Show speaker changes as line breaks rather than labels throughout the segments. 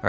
All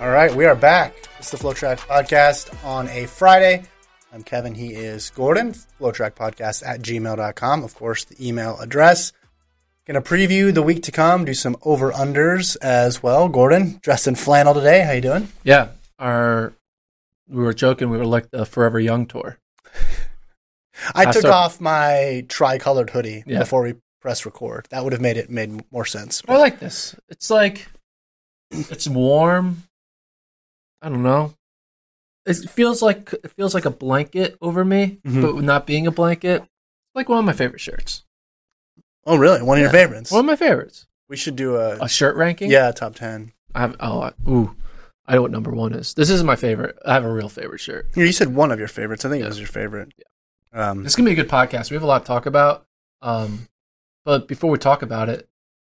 All right, we are back. It's the Flow Track Podcast on a Friday. I'm Kevin. He is Gordon. Podcast at gmail.com. Of course, the email address. Gonna preview the week to come, do some over unders as well. Gordon, dressed in flannel today. How you doing?
Yeah, our we were joking. We were like the Forever Young tour.
I
Uh,
took
so-
off my tricolored hoodie
Yeah.
before we press record. That would have made it made more sense.
I like this. It's like it's warm. I don't know. It feels like it feels like a blanket over me,
Mhm.
but not being a blanket. It's like one of my favorite shirts.
Oh, really? One of your favorites?
One of my favorites.
we should do a,
A shirt ranking.
yeah top ten.
I have. Oh, I, ooh. I know what number one is. This isn't my favorite. I have a real favorite shirt.
You you said one of your favorites. I think it
Yeah.
was your favorite. Um,
This is gonna be a good podcast. We have a lot to talk about. Um, but before we talk about it,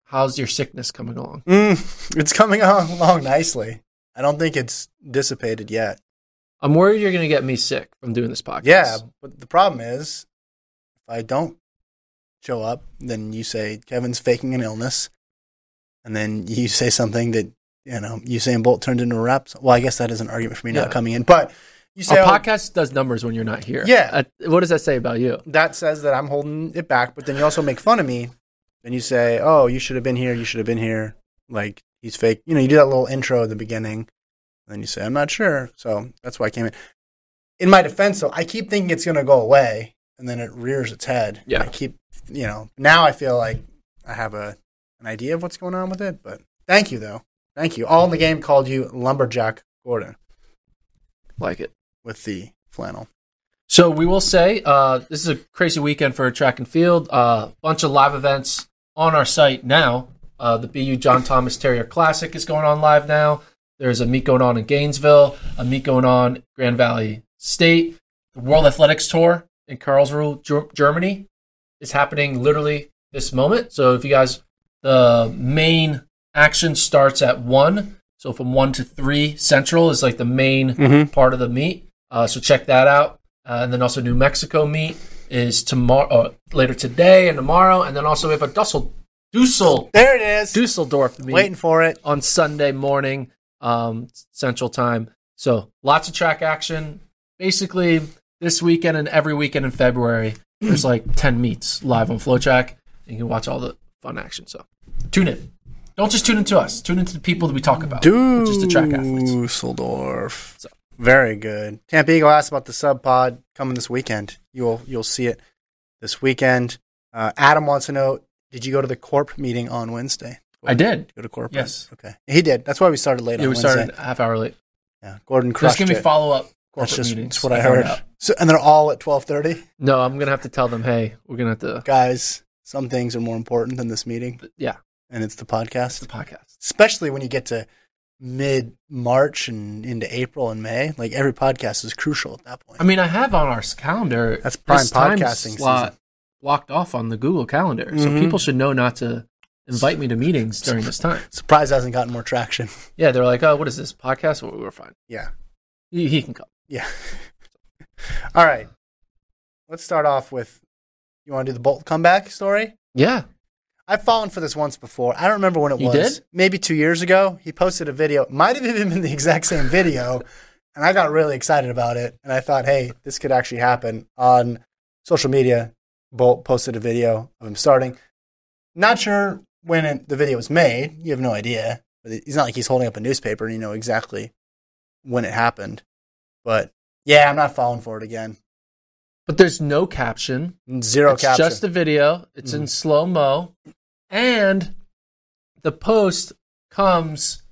how's your sickness coming along?
Mm, it's coming along, along nicely. I don't think it's dissipated yet.
I'm worried you're gonna get me sick from doing this podcast.
Yeah, but the problem is, if I don't show up, then you say Kevin's faking an illness, and then you say something that you know Usain Bolt turned into a rap. song. Well, I guess that is an argument for me not
Yeah.
coming in, but you say
Our
oh,
podcast does numbers when you're not here.
Yeah.
Uh, what does that say about you?
that says that I'm holding it back, but then you also make fun of me, and you say, "Oh, you should have been here. You should have been here." Like he's fake. You know, you do that little intro at the beginning, and then you say, "I'm not sure." So that's why I came in. In my defense, though, I keep thinking it's going to go away, and then it rears its head.
Yeah.
I keep, you know, now I feel like I have a an idea of what's going on with it. But thank you, though. Thank you. All in the game called you lumberjack Gordon
Like it.
with the flannel.
So we will say uh, this is a crazy weekend for track and field. A uh, bunch of live events on our site now. Uh, the BU John Thomas Terrier Classic is going on live now. There's a meet going on in Gainesville, a meet going on Grand Valley State. The World Athletics Tour in Karlsruhe, Ger- Germany, is happening literally this moment. So if you guys, the main action starts at one. So from one to three central is like the main
Mhm.
part of the meet. Uh, so check that out. Uh, and then also New Mexico meet is tomorrow, uh, later today and tomorrow. And then also we have a Dussel, Dussel,
There it is.
Dusseldorf meet
Waiting for it.
on Sunday morning, um, Central Time. So lots of track action. Basically, this weekend and every weekend in February, there's like 10 meets live on Flowtrack. And you can watch all the fun action. So tune in. Don't just tune into us. Tune into the people that we talk about, which is the track athletes.
Dusseldorf.
So.
Very good. Tampa Eagle asked about the sub pod coming this weekend. You'll you'll see it this weekend. Uh, Adam wants to know: Did you go to the corp meeting on Wednesday?
I did.
Go to corp.
Yes.
Okay. He did. That's why we started late
Yeah,
on
we
Wednesday.
started a half hour late.
yeah. Gordon
There's
crushed
going to be
it.
follow up corporate
That's just
meetings.
that's what I
found
heard.
out.
So, and they're all at twelve thirty.
No, I'm going to have to tell them, hey, we're going to have to.
Guys, some things are more important than this meeting,
Yeah,
and it's the
it's
podcast.
the podcast.
Especially when you get to mid March and into April and May, like every podcast is crucial at that point.
I mean, I have on our calendar.
That's prime
this time
podcasting
slot blocked off on the Google Calendar, so
Mhm.
people should know not to invite me to meetings during this time.
Surprise hasn't gotten more traction.
Yeah, they're like, "Oh, what is this podcast? Well, we're fine.
Yeah.
He, he can come."
Yeah. All right. Let's start off with you want to do the Bolt comeback story?
Yeah,
I've fallen for this once before. I don't remember when it
You
was.
did?
Maybe two years ago. He posted a video. Might have even been the exact same video. and I got really excited about it. And I thought, hey, this could actually happen on social media. Bolt posted a video of him starting. Not sure when it, the video was made. You have no idea. But it- it's not like he's holding up a newspaper and you know exactly when it happened. But yeah, I'm not falling for it again.
but there's no caption. Mm-hmm.
Zero
it's
caption.
just a video. It's in slow mo, and the post comes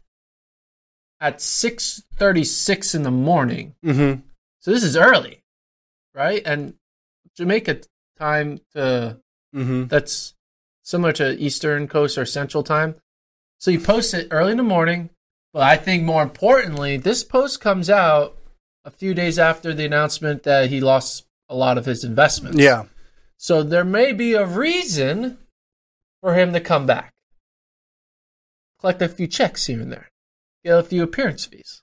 at six thirty six in the morning.
mm-hmm.
So this is early, right? And Jamaica time to
Mm-hmm.
that's similar to Eastern Coast or Central time. So you post it early in the morning, but I think more importantly, this post comes out a few days after the announcement that he lost a lot of his investments.
Yeah.
So there may be a reason for him to come back. Collect a few checks here and there. Get a few appearance fees.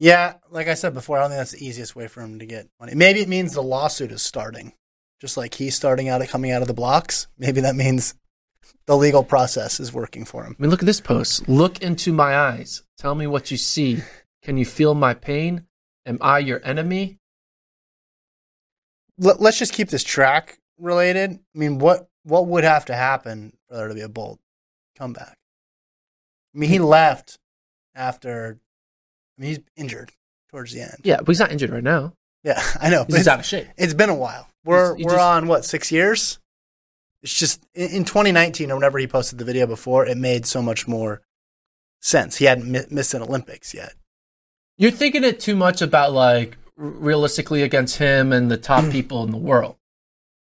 Yeah, like I said before, I don't think that's the easiest way for him to get money. Maybe it means the lawsuit is starting, just like he's starting out at coming out of the blocks. Maybe that means the legal process is working for him.
I mean, look at this post. Look into my eyes. Tell me what you see. Can you feel my pain? Am I your enemy?
Let, let's just keep this track related. I mean, what what would have to happen for there to be a bold comeback? I mean, he left after. I mean, he's injured towards the end.
Yeah, but he's not injured right now.
Yeah, I know.
He's
but
just out of shape.
It's been a while. We're
you
we're
just-
on what six years? It's just in, in 2019 or whenever he posted the video before, it made so much more sense. He hadn't mi- missed an Olympics yet.
You're thinking it too much about like r- realistically against him and the top people in the world.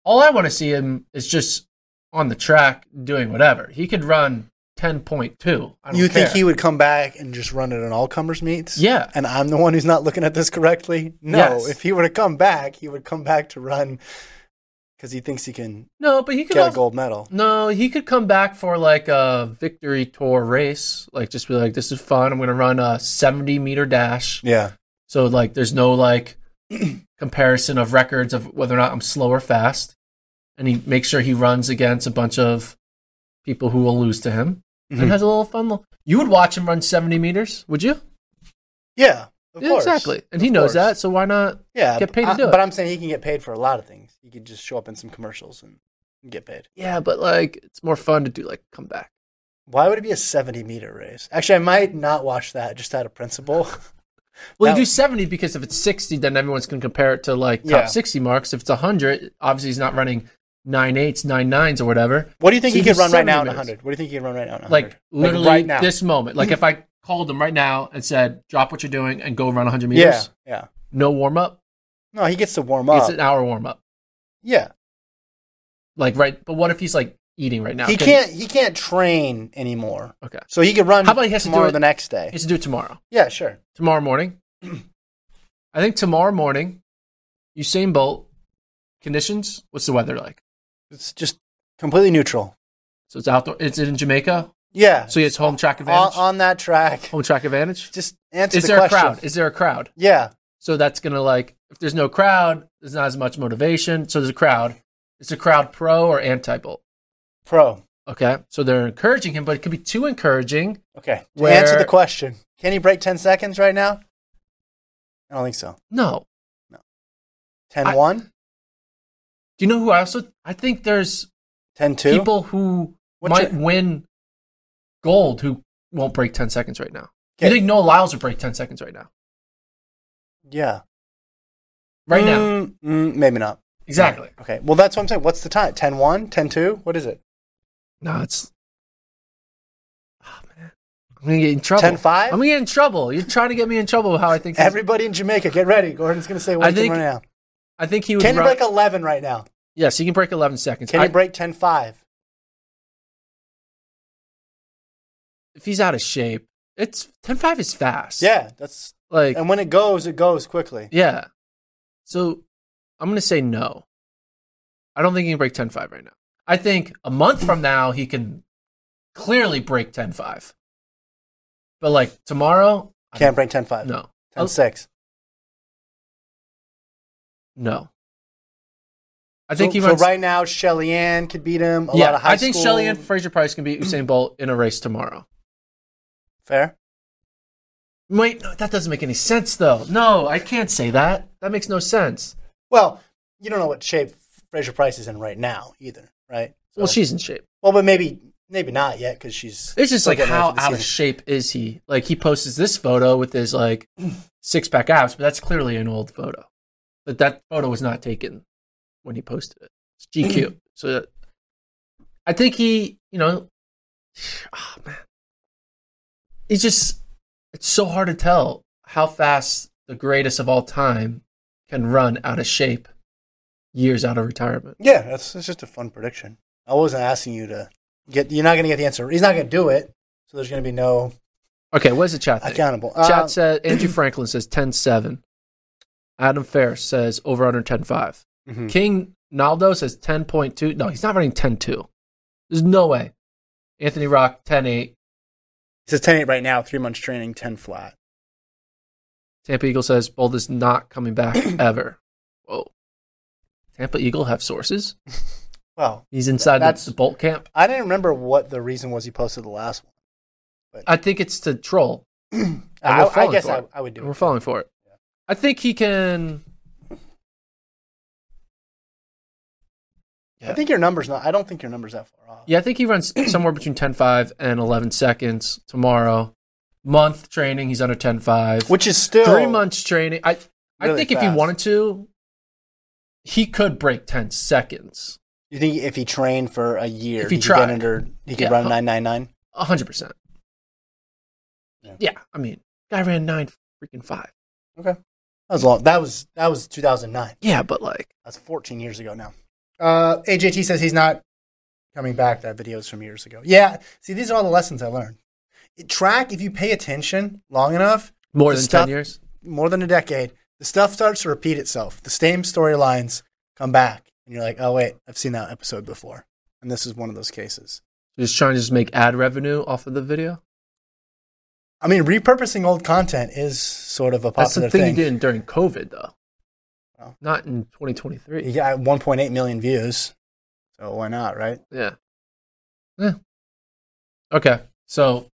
All I want to see him is just on the track doing whatever. He could run 10.2. I don't
You think
care.
he would come back and just run at an all comers meets?
Yeah.
And I'm the one who's not looking at this correctly. No,
Yes.
if he were to come back, he would come back to run because he thinks he can
No, but he could
get a
also- Mm.
gold medal.
No, he could come back for like a victory tour race. Like just be like, this is fun. I'm gonna run a 70 meter dash.
Yeah.
So like, there's no like comparison of records of whether or not I'm slow or fast. And he makes sure he runs against a bunch of people who will lose to him.
Mhm.
And has a little fun. Little, you would watch him run 70 meters, would you?
Yeah. Of
Yeah,
course.
Exactly. And he
Of
knows
course.
that. So why not?
Yeah.
Get paid to
but I-
do it.
But I'm saying he can get paid for a lot of things. He could just show up in some commercials and get paid.
Yeah, but like, it's more fun to do like come back.
Why would it be a 70 meter race? Actually, I might not watch that just out of principle.
Well, you
That-
do 70 because if it's 60, then everyone's going to compare it to like top
Yeah.
60 marks. If it's 100, obviously he's not running nine eights, nine nines, or whatever.
What do you think
So
he
you
could
do
run right now in
70 meters.
100? What do you think he could run right now in 100?
Like literally
right now.
this moment. Like if I called him right now and said, drop what you're doing and go run 100 meters,
yeah, yeah.
no warm up.
No, he gets to warm
It's
up.
an hour warm up.
yeah,
Like, right. But what if he's like eating right now?
he
Can-
can't. He can't train anymore,
Okay.
so he could run.
How about he has to do
tomorrow or
it-
the next
He
day?
has to do it tomorrow.
Yeah, sure.
Tomorrow morning. I think tomorrow morning, Usain Bolt, conditions, what's the weather like?
It's just completely neutral.
So it's outdoor. It's in Jamaica.
Yeah,
So it's home track
on,
advantage.
on that track.
home track advantage.
Just answer
Is
the
there
question.
a crowd? Is there a crowd?
yeah,
So that's gonna like if there's no crowd, there's not as much motivation. So there's a crowd. Is the crowd pro or anti bolt?
pro.
Okay, so they're encouraging him, but it could be too encouraging.
Okay, to
Where-
answer the question. Can he break 10 seconds right now? I don't think so.
No.
10
I-
1,
Do you know who I also? I think there's
10 2.
people who
What's
might
your-
win gold who won't break ten seconds right now. You
Okay.
think Noah Lyles would break ten seconds right now?
yeah.
Right now,
Mm, mm, maybe not.
exactly.
Okay. Well, that's what I'm saying. What's the time? 10 1, 10 2? What is it?
No, it's. Oh, man. I'm going to get in trouble.
10-5?
I'm going to get in trouble. You're trying to get me in trouble with how I think.
Everybody in Jamaica, get ready. Gordon's going to say, what
I
can you
think
run right
I think he
now?
would
Can you
run.
break 11 right now?
yes, he can break 11 seconds.
Can
I-
you break 10 5?
if he's out of shape, it's 10 5 is fast.
Yeah. That's
Like,
And when it goes, it goes quickly.
yeah. So I'm going to say no. I don't think he can break 10.5 right now. I think a month from now he can clearly break 10.5. But like tomorrow, I
Can't break 10 5.
no,
10 6.
no. I think
so,
he
so
runs.
right now, Shelly Ann could beat him. A lot of high
I think
school-
Shelly and Fraser Price can beat Usain Bolt in a race tomorrow.
Fair.
Wait, no, that doesn't make any sense though. No, I can't say that. That makes no sense.
Well, you don't know what shape Fraser Price is in right now either, right? So-
Well, she's in shape.
Well, but maybe maybe not yet because she's.
It's just
still
like
getting ready
how
for the
out of
season.
shape is he? Like he posts this photo with his like six pack abs, but that's clearly an old photo. But that photo was not taken when he posted it. It's GQ. so that, I think he, you know, oh man, it's just it's so hard to tell how fast the greatest of all time can run out of shape years out of retirement.
Yeah, that's, that's just a fun prediction. I wasn't asking you to get. You're not going to get the answer. He's not going to do it, so there's going to be no
Okay, where's the chat? thing?
accountable.
Chat
Uh,
said Andrew Franklin says 10-7. Adam Ferris says over under 10-5.
mhm.
King Naldo says 10.2. No, he's not running 10-2. There's no way. Anthony Rock 10-8.
He says 10 8 right now, three months training, 10 flat.
Tampa Eagle says Bold is not coming back ever. Whoa. Tampa Eagle have sources?
Well,
He's inside
That's-
the, the Bolt camp.
I didn't remember what the reason was he posted the last one.
I think it's to troll. And
I,
we're
I
falling
guess
for
I,
it.
I would do
And We're
it.
falling for it. I think he can.
I think your number's not. I don't think your number's that far off.
Yeah, I think he runs somewhere between 10.5 and 11 seconds tomorrow. Month training, he's under 10.5.
Which is still
Three months training. I, I
Really
think if he
fast.
wanted to, he could break 10 seconds.
You think if he trained for a year,
If he
could get
tried.
under, he could
Yeah.
run nine nine nine.
100%. Yeah.
Yeah.
I mean, guy ran 9 freaking 5.
Okay, that was long. That was that was two thousand nine.
Yeah, but like,
That's fourteen years ago now. Uh, AJT says he's not coming back. That video's from years ago. Yeah. See, these are all the lessons I learned. It- track if you pay attention long enough,
more
The
than
stuff-
10 years.
more than a decade, the stuff starts to repeat itself. The same storylines come back, and you're like, oh wait, I've seen that episode before, and this is one of those cases.
Just trying to just make ad revenue off of the video.
I mean, repurposing old content is sort of a
That's the
popular
thing, he did during COVID, though.
Oh.
Not in 2023.
He got 1.8 million views. So why not, right?
Yeah. Yeah. Eh. Okay. So,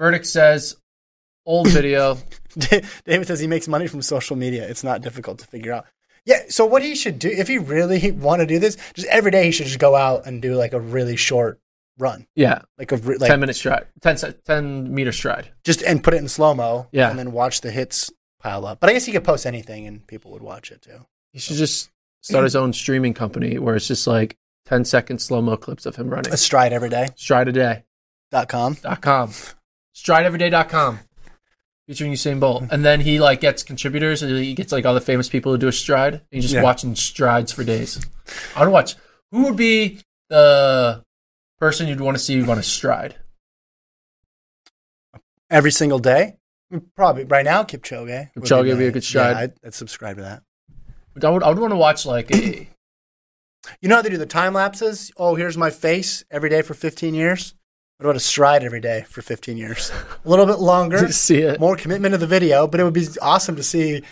verdict says old video.
David says he makes money from social media. It's not difficult to figure out. Yeah, so what he should do if he really want to do this, just every day he should just go out and do like a really short run.
yeah.
Like a re- like
10 minute stride. 10, se- 10 meter stride.
just and put it in slow-mo
Yeah.
and then watch the hits pile up. But I guess he could post anything and people would watch it too.
He should just start his own streaming company where it's just like 10 second slow mo clips of him running.
A stride every day.
Strideaday.com.
Dot com.
Strideeveryday.com. Featuring Usain Bolt. And then he like gets contributors and he gets like all the famous people who do a stride. And he's just
Yeah.
watching strides for days. I would watch. Who would be the person you'd want to see run a stride?
Every single day. Probably right now Kipchoge. would
Kipchoge would be
my-
a good stride.
Yeah, I'd, I'd subscribe to that.
I would, I would want to watch like a
You know how they do the time lapses? Oh, here's my face every day for 15 years. What about a stride every day for 15 years? A little bit longer,
see it.
more commitment to the video, but it would be awesome to see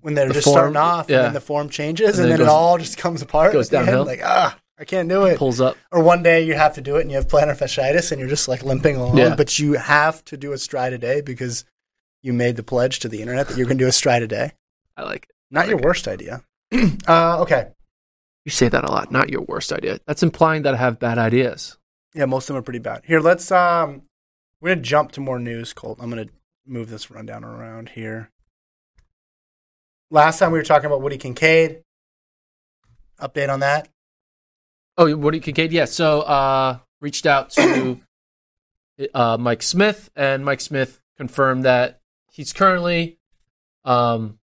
when they're
The
just
form,
starting off
yeah.
and then the form changes and,
And then
then
it
it
goes-
all just comes apart.
goes
at the end.
downhill.
Like, ah, I can't do it.
pulls up.
Or one day you have to do it and you have plantar fasciitis and you're just like limping along,
Yeah.
but you have to do a stride a day because you made the pledge to the internet that you're going to do a stride a day.
I like it.
Not your worst idea. uh, okay.
You say that a lot. Not your worst idea. That's implying that I have bad ideas.
Yeah, most of them are pretty bad. Here, let's um we're gonna jump to more news, Colt. I'm gonna move this rundown around here. Last time we were talking about Woody Kincaid. Update on that.
Oh, Woody Kincaid. Yeah. So uh, reached out to uh, Mike Smith, and Mike Smith confirmed that he's currently um,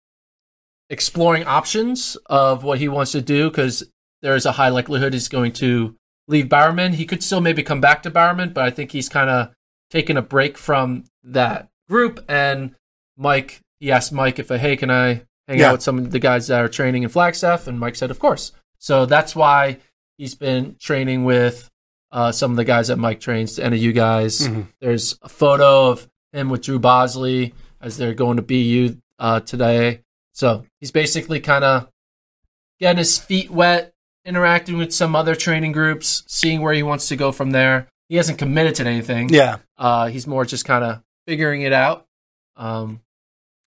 exploring options of what he wants to do because there is a high likelihood he's going to leave Bowerman. He could still maybe come back to Bowerman, but I think he's kind of taken a break from that group. And Mike, he asked Mike if, hey, can I hang
Yeah.
out with some of the guys that are training in Flagstaff? And Mike said, of course. So that's why he's been training with uh, some of the guys that Mike trains to enter you guys.
Mhm.
There's a photo of him with Drew Bosley as they're going to BU uh, today. So he's basically kind of getting his feet wet, interacting with some other training groups, seeing where he wants to go from there. He hasn't committed to anything.
Yeah.
Uh, he's more just kind of figuring it out. Um,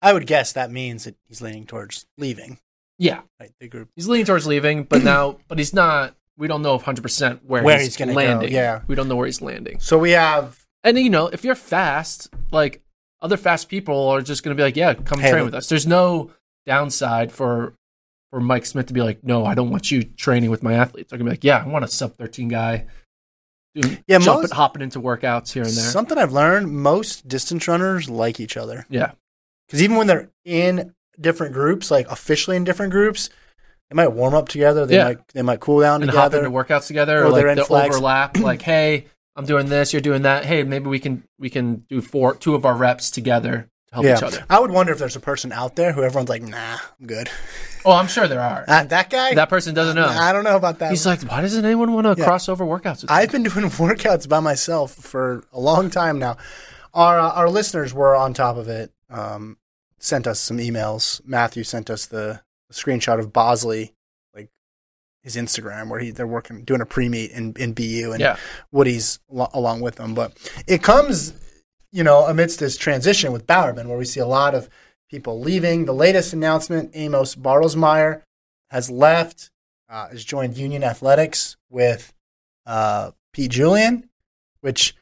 I would guess that means that he's leaning towards leaving
yeah,
right, the group.
he's leaning towards leaving, but now, but he's not. We don't know 100% where,
Where
he's,
he's gonna go,
landing.
yeah.
we don't know where he's landing.
So we have
And you know, if you're fast, like other fast people are just going to be like, "Yeah, come
Hey,
train
look-
with us." There's no downside for for Mike Smith to be like, "No, I don't want you training with my athletes." They're going to be like, "Yeah, I want a sub 13 guy." Doing,
Yeah,
jumping,
most-
hopping into workouts here and there.
something I've learned most distance runners like each other.
yeah,
Because even when they're in different groups, like officially in different groups, they might warm up together. They
Yeah.
might they might cool down
and hop
together.
into workouts together, or,
Or they're
like
in
the
flags.
overlap. like, hey, I'm doing this, you're doing that. Hey, maybe we can we can do four two of our reps together to help
yeah,
each other.
I would wonder if there's a person out there who everyone's like, nah, I'm good.
Oh, I'm sure there are.
Uh, that guy,
that person doesn't know.
I don't know about that.
He's like, why doesn't anyone want to
Yeah.
cross over workouts? With me?"
I've been doing workouts by myself for a long time now. Our uh, our listeners were on top of it. Um, sent us some emails. Matthew sent us the screenshot of Bosley, like his Instagram, where he they're working doing a pre meet in in BU, and
Yeah.
Woody's lo- along with them. But it comes, you know, amidst this transition with Bowerman, where we see a lot of people leaving. The latest announcement: Amos Bartlesmeyer has left. Uh, has joined Union Athletics with uh, Pete Julian, which,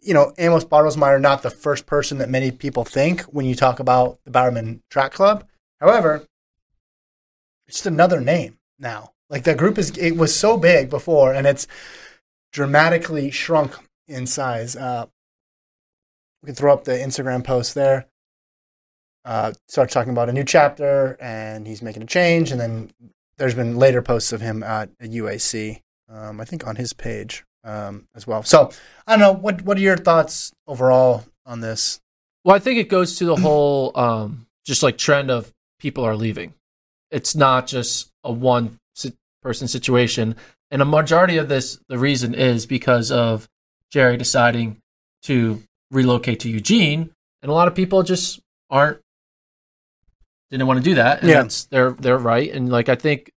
you know, Amos Bartlesmeyer, not the first person that many people think when you talk about the Bowerman Track Club. However, it's just another name now. Like the group is, it was so big before and it's dramatically shrunk in size. Uh, we can throw up the Instagram post there. Uh, starts talking about a new chapter and he's making a change. And then there's been later posts of him at UAC, um, I think on his page um, as well. So I don't know. What, what are your thoughts overall on this?
Well, I think it goes to the whole um, just like trend of people are leaving. It's not just a one si- person situation, and a majority of this the reason is because of Jerry deciding to relocate to Eugene, and a lot of people just aren't didn't want to do that, and
Yeah.
that's they're they're right. And like I think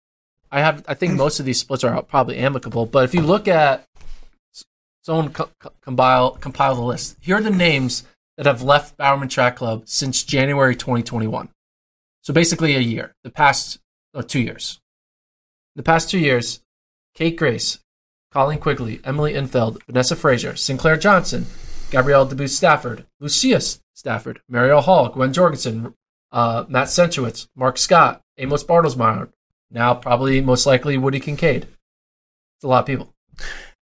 I have I think most of these splits are probably amicable, but if you look at someone co- co- compile compile the list. Here are the names that have left Bowerman Track Club since January 2021. So basically a year. The past or two years. The past two years, Kate Grace, Colleen Quigley, Emily Infeld, Vanessa Frazier, Sinclair Johnson, Gabrielle DeBoo Stafford, Lucia S- Stafford, Mariel Hall, Gwen Jorgensen, uh, Matt Senchowitz, Mark Scott, Amos Bartlesmeyer, now probably most likely Woody Kincaid. It's a lot of people.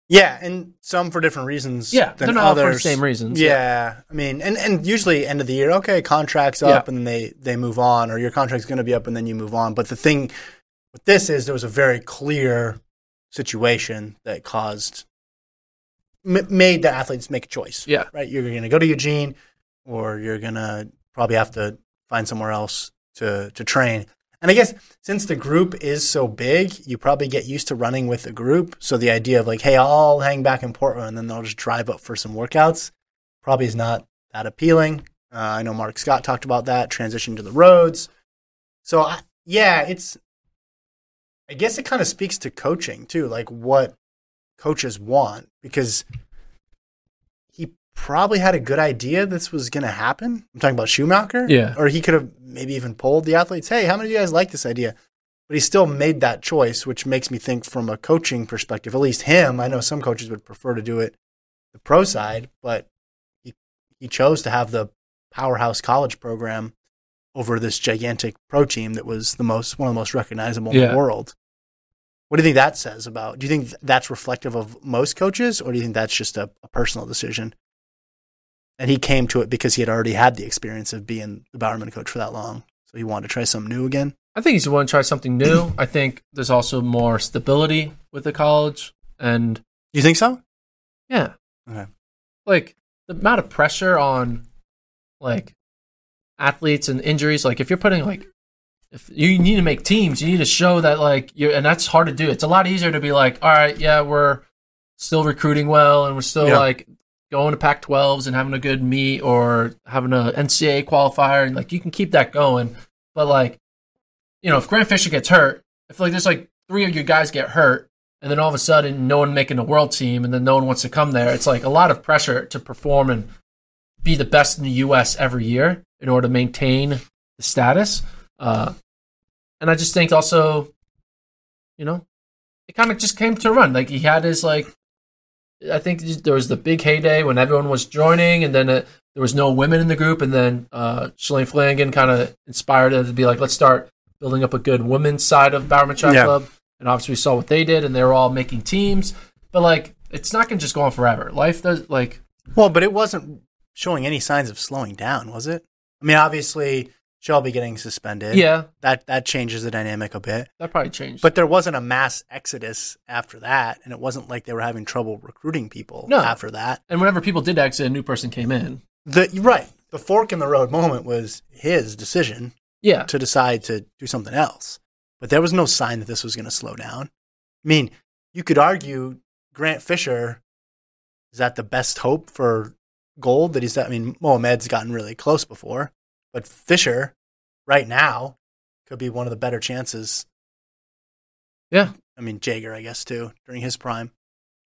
Yeah, and some for different reasons.
Yeah,
than
they're not all for the
others.
same reasons,
Yeah, I mean, and, and usually end of the year, okay, contracts
Yeah.
up and they they move on, or your contract's going to be up and then you move on. But the thing with this is there was a very clear situation that caused m- made the athletes make a choice.
Yeah.
right. You're going to go to Eugene, or you're going to probably have to find somewhere else to to train. And I guess since the group is so big, you probably get used to running with a group. So the idea of like, hey, I'll hang back in Portland and then they'll just drive up for some workouts probably is not that appealing. Uh, I know Mark Scott talked about that transition to the roads. So I, yeah, it's. I guess it kind of speaks to coaching too, like what coaches want because he probably had a good idea this was going to happen. I'm talking about Schumacher.
Yeah.
Or he could have maybe even polled the athletes, hey, how many of you guys like this idea? But he still made that choice, which makes me think from a coaching perspective, at least him, I know some coaches would prefer to do it the pro side, but he, he chose to have the powerhouse college program over this gigantic pro team that was the most one of the most recognizable in
Yeah.
the world. What do you think that says about? Do you think th- that's reflective of most coaches, or do you think that's just a, a personal decision? And he came to it because he had already had the experience of being the Bowerman coach for that long, so he wanted to try something new again.
I think he's want to try something new. I think there's also more stability with the college, and
Do you think so?
yeah,
Okay.
like the amount of pressure on like athletes and injuries. Like if you're putting like if you need to make teams, you need to show that like you and that's hard to do. It's a lot easier to be like, all right, yeah, we're still recruiting well and we're still
Yeah.
like going to Pac-12s and having a good meet or having a NCAA qualifier and like you can keep that going. But like, you know, if Grant Fisher gets hurt, I feel like there's like three of your guys get hurt and then all of a sudden no one making the world team and then no one wants to come there. It's like a lot of pressure to perform and be the best in the US every year in order to maintain the status. Uh, and I just think also, you know, it kind of just came to a run. Like he had his like, I think there was the big heyday when everyone was joining, and then it, there was no women in the group, and then uh, Shalane Flanagan kind of inspired it to be like, let's start building up a good women's side of Bowerman Track
Yeah.
Club. And obviously, we saw what they did, and they were all making teams. But like, it's not gonna just go on forever. Life does like,
Well, but it wasn't showing any signs of slowing down, was it? I mean, obviously Shelby getting suspended.
yeah,
That that changes the dynamic a bit.
that probably changed.
But there wasn't a mass exodus after that, and it wasn't like they were having trouble recruiting people
No.
after that.
and whenever people did exit, a new person came in.
The right, the fork in the road moment was his decision
Yeah,
to decide to do something else. But there was no sign that this was going to slow down. I mean, you could argue Grant Fisher is that the best hope for gold that he's. I mean, Mohamed's gotten really close before, but Fisher right now could be one of the better chances.
yeah.
I mean, Jager, I guess too during his prime,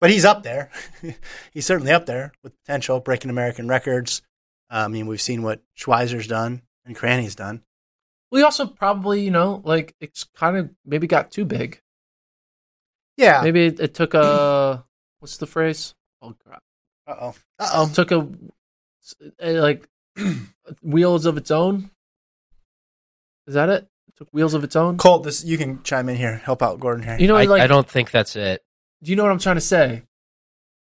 but he's up there. he's certainly up there with potential breaking American records. Uh, I mean, we've seen what Schweizer's done and Cranny's done.
We also probably, you know, like it's kind of maybe got too big.
Yeah.
Maybe it, it took a what's the phrase? Oh crap!
Uh oh. Uh oh.
Took a, a, like wheels of its own. Is that it? took wheels of its own.
Colt, this you can chime in here, help out Gordon here.
You know,
I,
like
I don't think that's it.
do you know what I'm trying to say?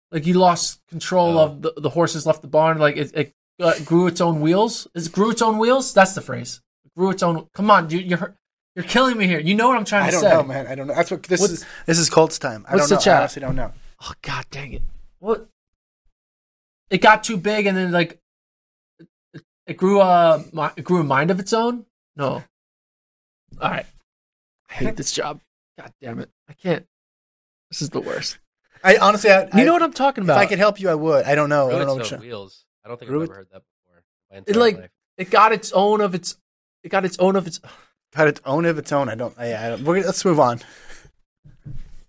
Like you lost control
Oh.
of the, the horses left the barn. Like it, it uh, grew its own wheels. It grew its own wheels. That's the phrase. grew its own. Come on, dude, you're you're killing me here. You know what I'm trying
I
to
don't
say?
know, man. I don't know. That's what this
What's-
is. This is Colt's time. I
what's
don't know.
the chat?
I honestly don't know.
Oh god dang it. What it got too big and then like it- it grew a mi- it grew a mind of its own? No. All right. I hate this job. God damn it. I can't. This is the worst.
I honestly, I,
You
I-
know what I'm talking
If
about?
I could help you, I would. I don't know. I
Ruin
don't know.
its
What
own
you-
wheels. I don't think
Ruin-
I've ever heard that before. My
it
entire
like
life.
it got its own of its it got its own of its
Had its own of its own. I don't. I, I don't we're, gonna- let's move on.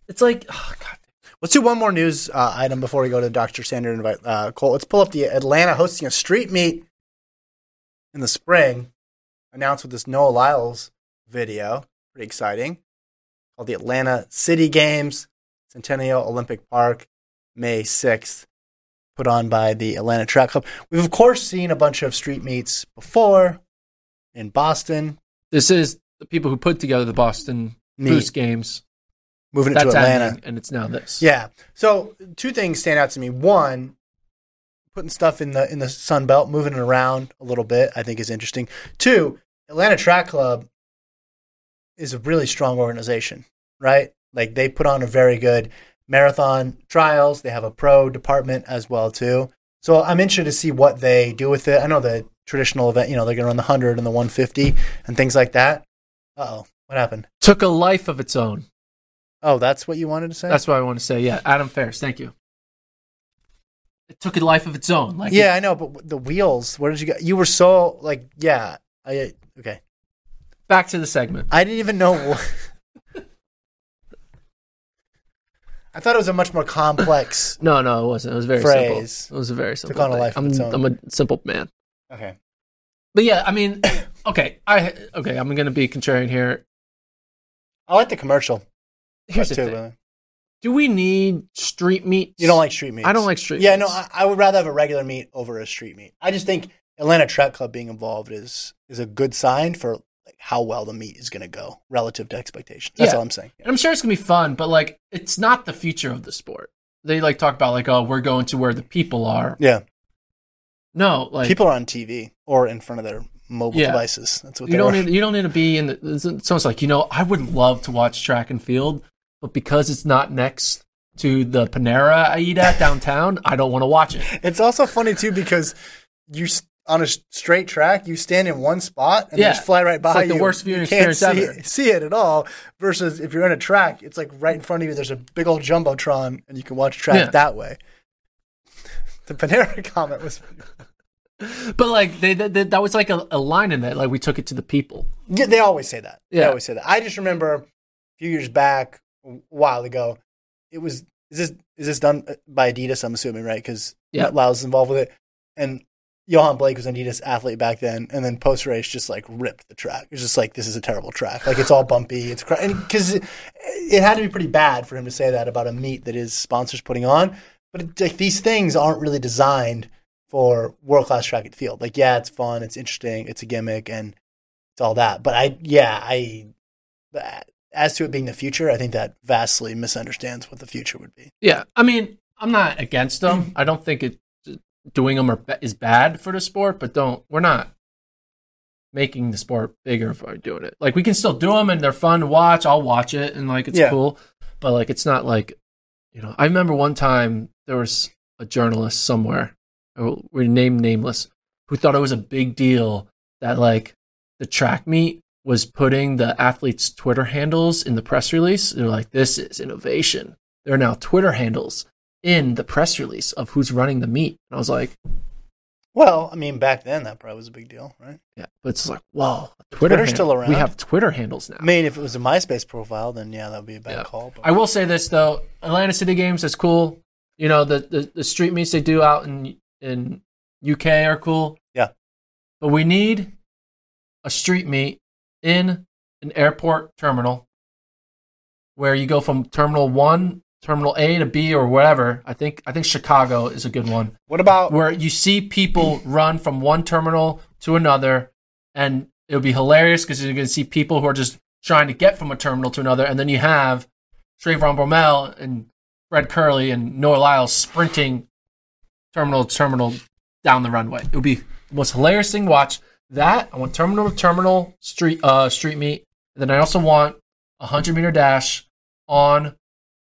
it's like oh god.
Let's do one more news uh, item before we go to Dr. Sander and invite uh, Colt. Let's pull up the Atlanta hosting a street meet in the spring, announced with this Noah Lyles video. Pretty exciting. Called the Atlanta City Games, Centennial Olympic Park, May 6th, put on by the Atlanta Track Club. We've, of course, seen a bunch of street meets before in Boston,
This is the people who put together the Boston
Me.
Boost games.
moving it
That's
to Atlanta.
happening and it's now this.
Yeah. So two things stand out to me. One, putting stuff in the in the Sun Belt, moving it around a little bit, I think is interesting. Two, Atlanta Track Club is a really strong organization, right? Like they put on a very good marathon trials. They have a pro department as well too. So I'm interested to see what they do with it. I know the traditional event, you know, they're going to run the 100 and the 150 and things like that. Uh-oh. What happened?
Took a life of its own.
Oh, that's what you wanted to say?
That's what I want to say. Yeah, Adam Ferris. Thank you. It took a life of its own. Like
yeah, I know, but w- the wheels. Where did you go? You were so like, yeah. I okay.
Back to the segment.
I didn't even know. wh- I thought it was a much more complex.
No, no, it wasn't. It was very
Phrase.
simple. It was a very simple.
on a
thing.
life of
I'm,
its own.
I'm a simple man.
okay.
But yeah, I mean, okay, I okay, I'm gonna be contrarian here.
I like the commercial.
Here's the
too,
thing.
really.
Do we need street meat?
You don't like street meat.
I don't like street
Yeah,
meats.
no, I, I would rather have a regular meat over a street meat. I just think Atlanta Track Club being involved is is a good sign for like how well the meat is going to go relative to expectations. That's
Yeah.
all I'm saying.
And I'm sure it's gonna be fun, but like, it's not the future of the sport. They like talk about like, oh, we're going to where the people are.
Yeah,
No, like
people are on TV or in front of their mobile
Yeah.
devices. That's what
you
they
don't
were.
need you don't need to be in the someone's like you know i would love to watch track and field but because it's not next to the panera i eat at downtown i don't want to watch it
It's also funny too because you s- on a s- straight track, you stand in one spot and
Yeah.
just fly right
It's
by
like the
you.
worst viewing
you can't
experience
see, see
ever.
it at all. Versus if you're in a track, it's like right in front of you. There's a big old jumbotron, and you can watch track
Yeah.
that way. The Panera comment was
But like they, they, they- that was like a, a line in that. Like we took it to the people.
Yeah, they always say that. They
Yeah.
always say that. I just remember a few years back, a while ago, it was is this is this done uh, by Adidas? I'm assuming right because
Yeah.
MetLive's involved with it, and Johan Blake was an Adidas athlete back then, and then post race just like ripped the track. It was just like this is a terrible track. Like it's all bumpy. It's because it, it had to be pretty bad for him to say that about a meet that his sponsors putting on. But it, like these things aren't really designed for world class track and field. Like yeah, it's fun, it's interesting, it's a gimmick, and it's all that. But I, yeah, I, as to it being the future, I think that vastly misunderstands what the future would be.
Yeah, I mean, I'm not against them. I don't think it doing them are, ba- is bad for the sport, but don't we're not making the sport bigger by doing it. Like we can still do them and they're fun to watch. I'll watch it and like it's
Yeah.
cool, but like it's not like you know. I remember one time there was a journalist somewhere, or we name nameless, who thought it was a big deal that like the track meet was putting the athletes' Twitter handles in the press release. They're like, this is innovation. There are now Twitter handles in the press release of who's running the meet. And I was like,
Well, I mean, back then that probably was a big deal, right?
yeah, but it's like, whoa, Twitter
Twitter's still
handle- We
around?
have Twitter handles now.
I mean, if it was a MySpace profile, then yeah, that would be a bad
Yeah.
call. But
I will say this though, Atlanta City Games is cool. You know, the, the, the street meets they do out in in UK are cool.
yeah,
But we need a street meet in an airport terminal where you go from terminal one, terminal A to B or whatever. I think I think Chicago is a good one.
what about
Where you see people run from one terminal to another and it'll be hilarious because you're gonna see people who are just trying to get from a terminal to another and then you have Trayvon Bromell and Fred Curley and Noah Lyle sprinting terminal to terminal down the runway. It would be the most hilarious thing to watch. That I want terminal to terminal street uh street meet. And then I also want a hundred meter dash on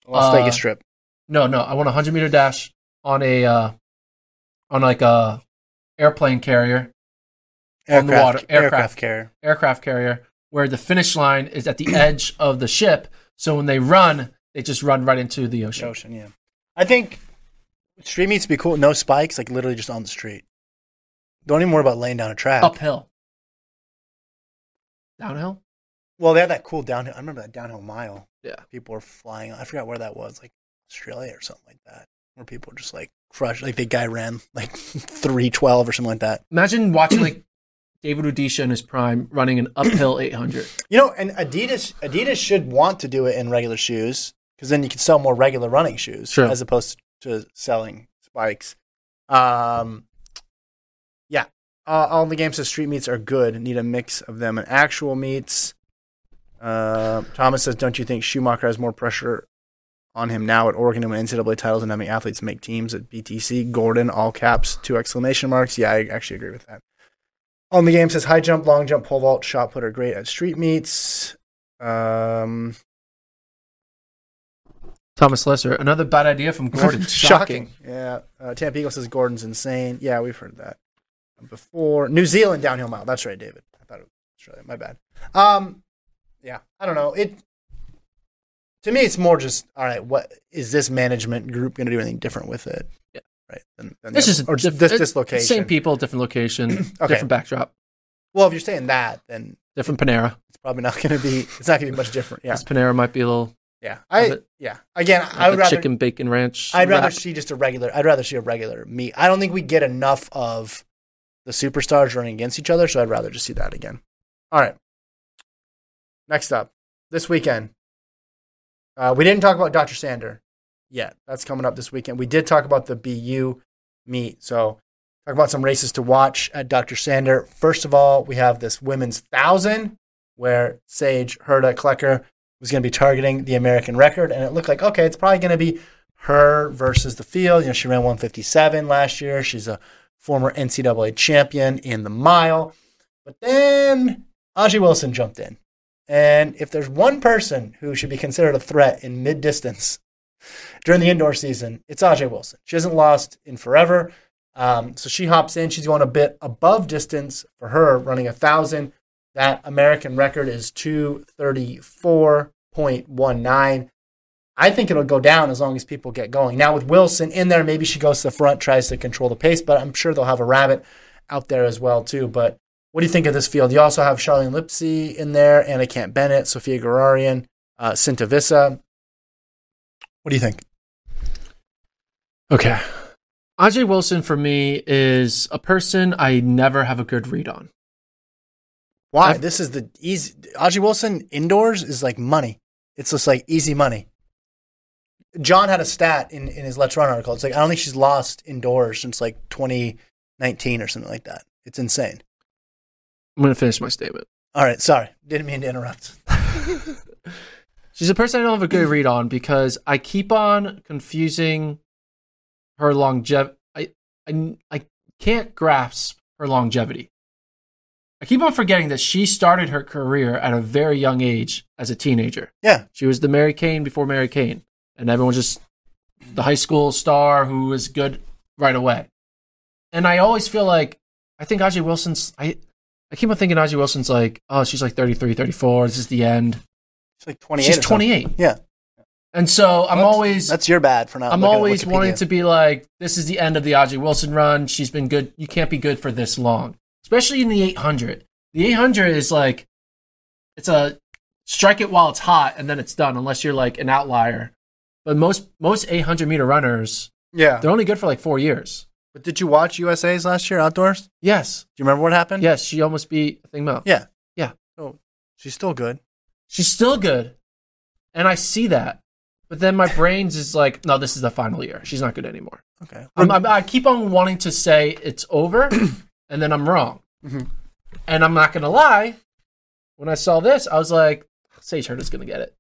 Las
uh,
Vegas Strip?
no no I want a hundred meter dash on a uh on like a airplane carrier on the water- aircraft.
carrier.
aircraft carrier where the finish line is at the edge of the ship. So when they run, they just run right into the ocean.
Ocean, yeah. I think street meets would be cool. No spikes, like literally just on the street. Don't even worry about laying down a track.
Uphill. Downhill?
Well, they had that cool downhill. I remember that downhill mile.
Yeah.
people were flying. I forgot where that was, like Australia or something like that, where people were just like crushed. Like the guy ran like three twelve or something like that.
Imagine watching like David Udisha in his prime running an uphill 800.
You know, and Adidas Adidas should want to do it in regular shoes because then you can sell more regular running shoes
True.
as opposed to selling spikes. Um, yeah, uh, all the games says street meets are good. Need a mix of them and actual meets. Uh, Thomas says, "Don't you think Schumacher has more pressure on him now at Oregon to win NCAA titles and having athletes make teams at BTC?" Gordon, all caps, two exclamation marks. Yeah, I actually agree with that. On the game says high jump, long jump, pole vault, shot put are great at street meets. Um,
Thomas Lesser, another bad idea from Gordon. Shocking.
Yeah. Uh, Tampa Eagle says Gordon's insane. Yeah, we've heard that before. New Zealand downhill mile. That's right, David. I thought it was Australia. My bad. Um, yeah, I don't know. It to me, it's more just all right. What is this management group going to do anything different with it?
Yeah.
Right. Than, than
This
the-
is a
or just
diff-
this
it's
dislocation.
Same people, different location, different backdrop,
Well, if you're saying that, then
different Panera.
it's probably not going to be. It's not going to be much different. Yeah.
This Panera might be a little
Yeah, I
it.
yeah. Again,
like
I would
a
rather
chicken bacon ranch.
I'd rather
wrap.
see just a regular. I'd rather see a regular meet. I don't think we get enough of the superstars running against each other, so I'd rather just see that again. All right. Next up, this weekend, uh, we didn't talk about Dr. Sander yet. That's coming up this weekend. We did talk about the BU meet, so talk about some races to watch at Dr. Sander. First of all, we have this women's thousand where Sage Herda Klecker was going to be targeting the American record, and it looked like okay, it's probably going to be her versus the field. You know, she ran 157 last year. She's a former NCAA champion in the mile, but then Aji Wilson jumped in, and if there's one person who should be considered a threat in mid distance during the indoor season, it's Ajay Wilson. She hasn't lost in forever. Um, so she hops in. She's going a bit above distance for her, running a thousand. That American record is two thirty four point one nine. I think it'll go down as long as people get going. Now with Wilson in there, maybe she goes to the front, tries to control the pace, but I'm sure they'll have a rabbit out there as well too. But what do you think of this field? You also have Charlene Lipsey in there, Anna Camp Bennett, Sophia Gararian, uh, Cinta Vissa. What do you think?
Okay. Ajay Wilson for me is a person I never have a good read on.
Why?
I've-
this is the easy. Aji Wilson indoors is like money. It's just like easy money. John had a stat in, in his Let's Run article. It's like, I don't think she's lost indoors since like 2019 or something like that. It's insane.
I'm going to finish my statement.
All right. Sorry. Didn't mean to interrupt.
She's a person I don't have a good read on because I keep on confusing her longevity. I, I, I can't grasp her longevity. I keep on forgetting that she started her career at a very young age as a teenager.
Yeah.
She was the Mary Kane before Mary Kane, and everyone just the high school star who was good right away. And I always feel like I think Aji Wilson's I I keep on thinking Aji Wilson's like, oh, she's like 33, 34, this is the end.
She's like 28.
She's
or something.
28.
Yeah.
And so I'm
That's-
always
That's your bad for not.
I'm
looking at
always
Wikipedia.
wanting to be like, this is the end of the Aji Wilson run. She's been good. You can't be good for this long, especially in the 800. The 800 is like, it's a strike it while it's hot, and then it's done, unless you're like an outlier. But most most 800 meter runners,
Yeah.
they're only good for like four years.
But did you watch USA's last year outdoors? Do
Yes,
you remember what happened?
yes, she almost beat Thing Mo.
Yeah.
Yeah.
Oh, she's still good.
she's still good, and I see that. But then my brain's is like, no, this is the final year. She's not good anymore.
Okay.
I'm, I'm, I keep on wanting to say it's over, and then I'm wrong.
Mhm.
And I'm not going to lie. When I saw this, I was like, Sage Hurd is going to get it.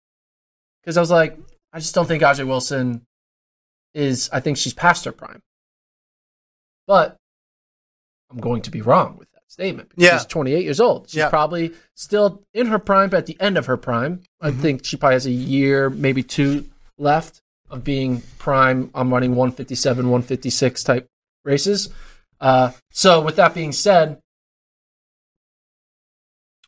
Because I was like, I just don't think Ajay Wilson is, I think she's past her prime. But I'm going to be wrong with that statement. because
Yeah.
She's 28 years old. She's
Yeah.
probably still in her prime, but at the end of her prime. I think she probably has a year, maybe two left of being prime. I'm running 157, 156 type races. Uh, so, with that being said,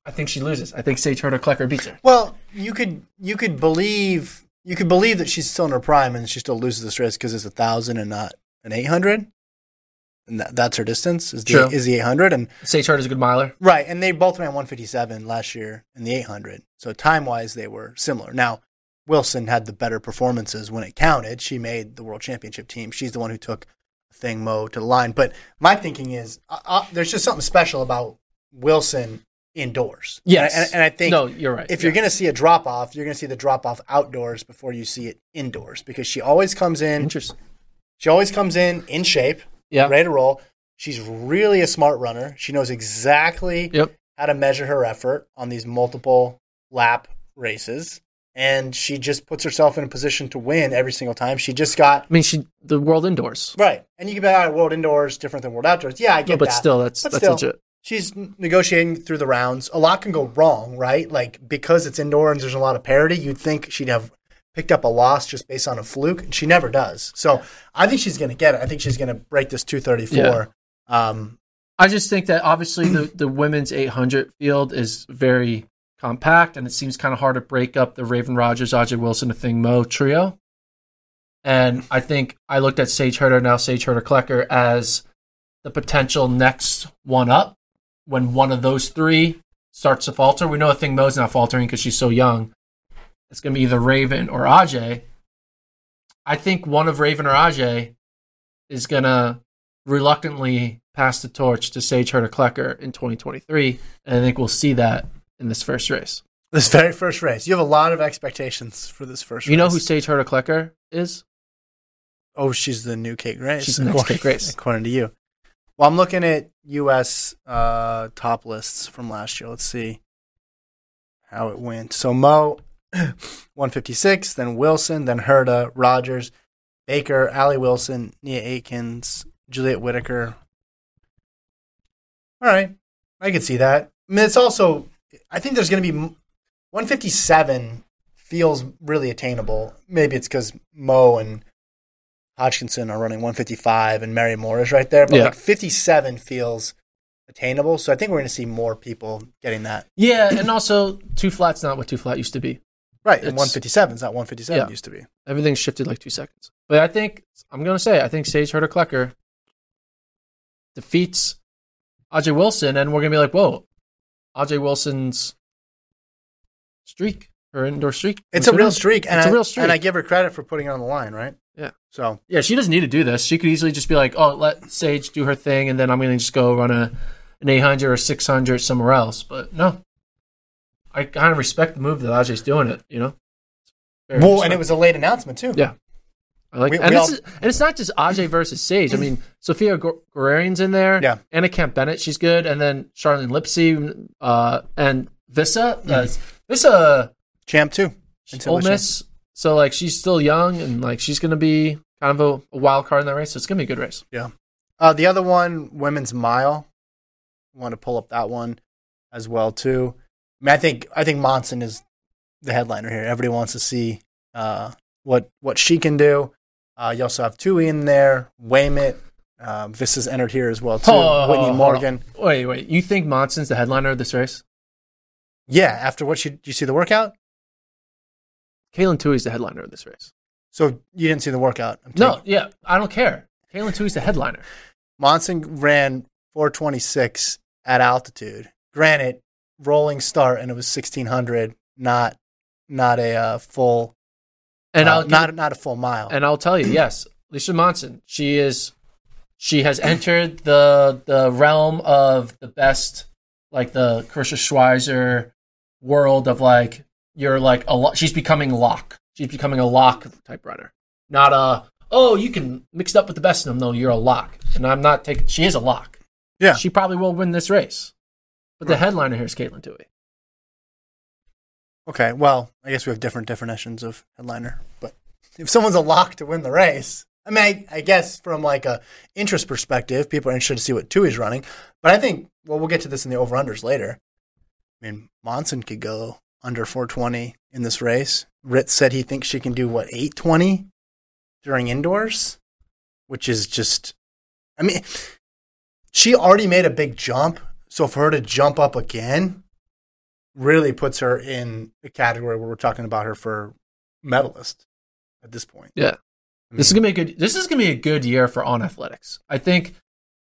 I think she loses. I think Sage Herder Klecker beats her.
Well, you could you could believe you could believe that she's still in her prime and she still loses this race because it's a thousand and not an eight hundred, and that, that's her distance is the
True.
is the eight hundred and
Sage Herder's a good miler.
right. And they both ran one fifty seven last year in the eight hundred, so time wise they were similar. Now Wilson had the better performances when it counted. She made the world championship team. She's the one who took Thing Mo to the line. But my thinking is uh, uh, there's just something special about Wilson indoors.
Yes.
and, I- and I think
No, you're right.
if you're
Yeah.
going to see a drop off, you're going to see the drop off outdoors before you see it indoors because she always comes in.
Interesting.
She always comes in in shape,
Yeah.
ready to roll. She's really a smart runner. She knows exactly
Yep.
how to measure her effort on these multiple lap races. And she just puts herself in a position to win every single time. She just got
I mean, she the world indoors.
right. And you can be all right, world indoors different than world outdoors. Yeah, I get
No, but
that.
still, that's- that's legit.
She's negotiating through the rounds. A lot can go wrong, right? Like because it's indoor and there's a lot of parity, you'd think she'd have picked up a loss just based on a fluke, and she never does. So I think she's going to get it. I think she's going to break this 234. Um,
I just think that obviously the, the women's 800 field is very compact, and it seems kind of hard to break up the Raven Rogers, Ajay Wilson, a Thing Mo trio. And I think I looked at Sage Herder, now Sage Herder Klecker, as the potential next one up when one of those three starts to falter. We know a Thing Mo's not faltering because she's so young. It's going to be either Raven or Ajay. I think one of Raven or Ajay is going to reluctantly pass the torch to Sage Herder Klecker in 2023. And I think we'll see that in this first race.
this very first race, you have a lot of expectations for this first.
You know
race.
who Sage Herder Klecker is?
Oh, she's the new Kate Grace.
She's the next Kate Grace.
according to you. Well, I'm looking at U.S. Uh, top lists from last year. Let's see how it went. So Mo, 156, then Wilson, then Herda, Rogers, Baker, Allie Wilson, Nia Aikens, Juliet Whitaker. All right, I could see that. I mean, it's also. I think there's going to be m- 157 feels really attainable. Maybe it's because Mo and Hodgkinson are running 155 and Mary Moore is right there. But
Yeah.
like 57 feels attainable. So I think we're going to see more people getting that.
Yeah, and also two flat's not what two flat used to be.
Right. And
It's-
157 is not 157
Yeah.
it used to be.
Everything shifted like two seconds. But I think I'm gonna say I think Sage Herder Klecker defeats Aj Wilson, and we're gonna be like, whoa, Aj Wilson's streak, her indoor streak.
It's
was
a
good.
real streak. And
it's
I,
a real streak.
And I give her credit for putting it on the line, right?
Yeah.
So
Yeah, she doesn't need to do this. She could easily just be like, "Oh, let Sage do her thing, and then I'm gonna just go run a an 800 or 600 somewhere else." But no, I kind of respect the move that Ajay's doing it. You know, Very
well, and it
respect-
was a late announcement too.
yeah. I like,
We-
and,
we
this
all-
is, and it's not just Ajay versus Sage. I mean, Sophia Gu- Guerrerian's in there.
Yeah.
Anna Camp Bennett, she's good, and then Charlene Lipsy, uh, and Vissa, uh,
Mm-hmm.
Vissa.
Champ too.
Ole Miss. So like she's still young and like she's gonna be kind of a, a wild card in that race. So it's gonna be a good race.
Yeah. Uh, the other one, women's mile. Want to pull up that one as well too. I mean, I think I think Monson is the headliner here. Everybody wants to see uh, what what she can do. Uh, you also have Tui in there, Waymit. Um, this is entered here as well too. Whitney
hold
Morgan.
on. Oh. Wait, wait. You think Monson's the headliner of this race?
Yeah, after what she, did you see the workout?
Kalen Tui's the headliner of this race.
So you didn't see the workout. I'm
No,
taking-
yeah, I don't care. Kalen Tui's the headliner.
Monson ran 426 at altitude. Granted, rolling start, and it was 1600, not not a uh, full,
And
uh,
I'll
not not a full mile.
and I'll tell you, yes, Lisa Monson. She is she has entered the the realm of the best like the Kershaw Schweizer world of like you're like a lo- she's becoming lock. She's becoming a lock type runner. Not a oh, you can mix it up with the best of them though, you're a lock. And I'm not taking she is a lock.
yeah,
She probably will win this race. But the headliner here is Caitlin Dewey.
okay. Well, I guess we have different definitions of headliner. But if someone's a lock to win the race, I mean, I, I guess from like a interest perspective, people are interested to see what Tui's running. But I think, well, we'll get to this in the over unders later. I mean, Monson could go under 420 in this race. Ritz said he thinks she can do what 820 during indoors, which is just, I mean, she already made a big jump. So for her to jump up again really puts her in a category where we're talking about her for medalist at this point.
Yeah.
I
This is
mean,
gonna be a good this is gonna be a good year for on athletics. I think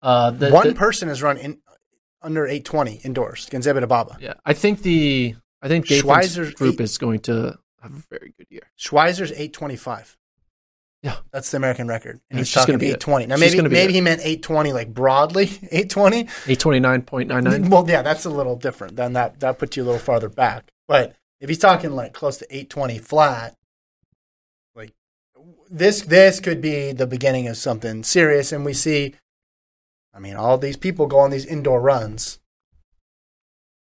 uh the,
one
the-
person has run in under 820 indoors, Gonzaga Baba.
Yeah, I think the I think Schweizer's
Schweizer's
group
eight-
is going to have a very good year.
Schweizer's 825.
Yeah,
That's the American record.
And
And he's
she's
talking
gonna beat it.
820. Now,
She's
maybe
gonna beat
maybe
it.
he meant 820, like broadly 820.
eight twenty nine point nine nine.
Well, yeah, that's a little different. Then that, that puts you a little farther back. But if he's talking like close to 820 flat, like this, this could be the beginning of something serious. And we see, I mean, all these people go on these indoor runs.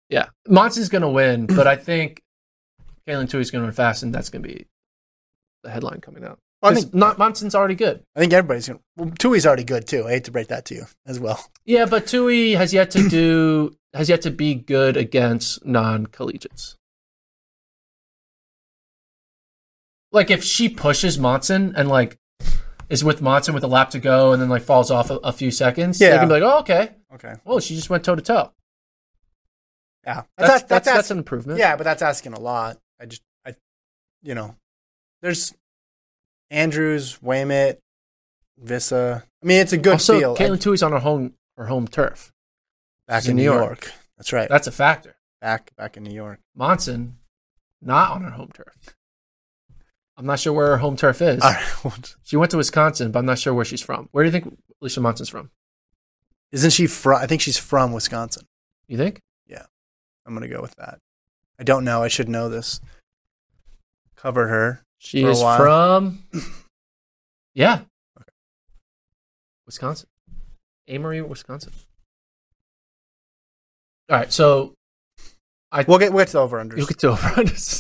Yeah, Monson's going to win, but I think Kalen Tui's going to win fast, and that's going to be the headline coming out.
Well, I
'Cause
think-
not Monson's already good.
I think everybody's going to. Well, Tui's already good, too. I hate to break that to you as well.
Yeah, but Tui has yet to do has yet to be good against non collegiates. Like if she pushes Monson and like is with Monson with a lap to go and then like falls off a, a few seconds, yeah. they
Yeah.
can be like, oh okay,
Okay.
Well, she just went toe to toe.
Yeah,
That's-
ask-
that's- that's
ask-
an improvement.
Yeah, but that's asking a lot. I just, I, you know, there's Andrews, Waymit, Vissa. I mean, it's a good
also,
field.
Caitlin
I-
Tui's on her home her home turf.
back
is in
in New
New
York. That's right.
That's a factor.
back, back in New York.
Monson, not on her home turf. I'm not sure where her home turf is.
All right. well,
She went to Wisconsin, but I'm not sure where she's from. Where do you think Alicia Monson's from?
Isn't she from? I think she's from Wisconsin.
You think?
Yeah, I'm gonna go with that. I don't know. I should know this. Covered her.
She
for a
is
while.
from Yeah. Wisconsin. Amory, Wisconsin. All right, so I
We'll get we'll get to the over unders.
you could do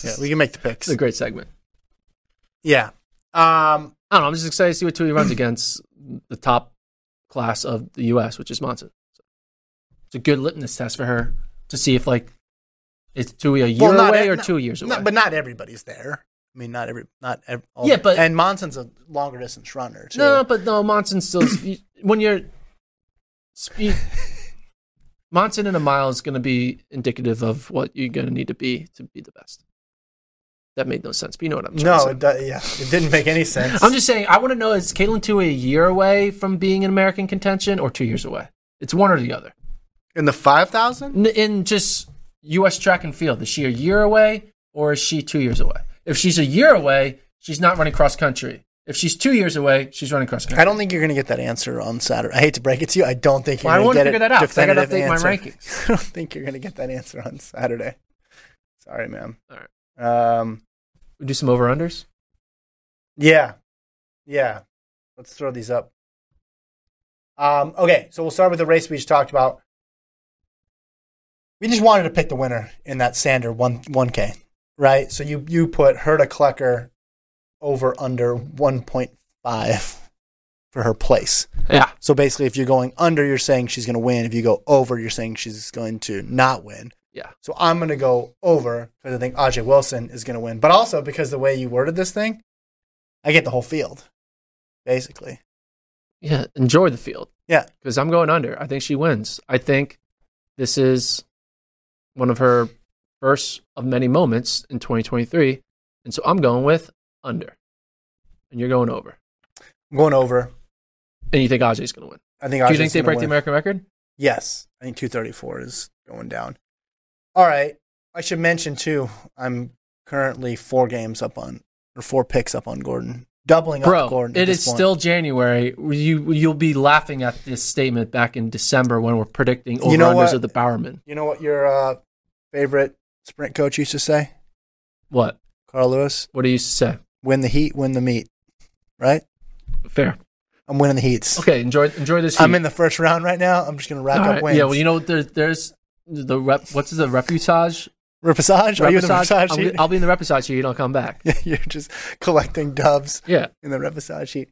Yeah, we can make the
It's
picks.
a great segment.
Yeah. Um.
I don't know. I'm just excited to see what Tui runs against the top class of the U.S., which is Monson. So it's a good litmus test for her to see if like is Tui a year
well, not
away
e-
or
not-
two years away.
not- but not everybody's there. I mean, not every, not every, all,
Yeah, but-
and Monson's a longer distance runner too.
No, but no, Monson still you- when you're speed. Monson in a mile is going to be indicative of what you're going to need to be to be the best. That made no sense, but you know what I'm trying
no,
to
it
say.
do, yeah, it didn't make any sense.
I'm just saying, I want to know is Caitlin Tua a year away from being in American contention or two years away? It's one or the other.
in the five thousand.
N- in just U.S. track and field. Is she a year away or is she two years away? If she's a year away, she's not running cross country. If she's two years away, she's running cross country.
I don't think you're going to get that answer on Saturday. I hate to break it to you. I don't think you're
Well, I
going
wanna
to get
figure
it.
that out 'cause I gotta
definitive
update my
answer.
rankings.
I don't think you're going to get that answer on Saturday. Sorry, ma'am.
All right.
Um,
We do some over unders.
yeah, yeah. Let's throw these up. Um, okay, so we'll start with the race we just talked about. We just wanted to pick the winner in that Sander one one k, right? So you you put Herta Klecker over under one point five for her place.
Yeah.
So basically, if you're going under, you're saying she's going to win. If you go over, you're saying she's going to not win.
Yeah.
So I'm going to go over because I think Ajay Wilson is going to win, but also because the way you worded this thing, I get the whole field, basically.
Yeah. Enjoy the field
Yeah.
because I'm going under. I think she wins. I think this is one of her first of many moments in 2023. And so I'm going with under. And you're going over.
I'm going over.
And you think Ajay's going to win.
I think.
do
Ajay's
you think they
gonna
break the
win.
American record?
Yes, I think 234 is going down. All right. I should mention too. I'm currently four games up on or four picks up on Gordon, doubling up
Bro,
Gordon. at
it
this
is
point.
still January. You you'll be laughing at this statement back in December when we're predicting over
You know
unders
what?
of the Bowerman.
You know what your uh, favorite sprint coach used to say?
What?
Carl Lewis,
What do you say?
win the heat, win the meet. Right?
Fair.
I'm winning the heats.
Okay, enjoy enjoy this.
I'm
heat.
in the first round right now. I'm just gonna rack
All
up
right.
wins.
Yeah, well, you know, there, there's the rep. What's the reputage?
repassage. Are you in the repassage
I'm-
heat?
I'll be in the reputage here. You don't come back.
You're just collecting dubs
Yeah.
in the repassage sheet.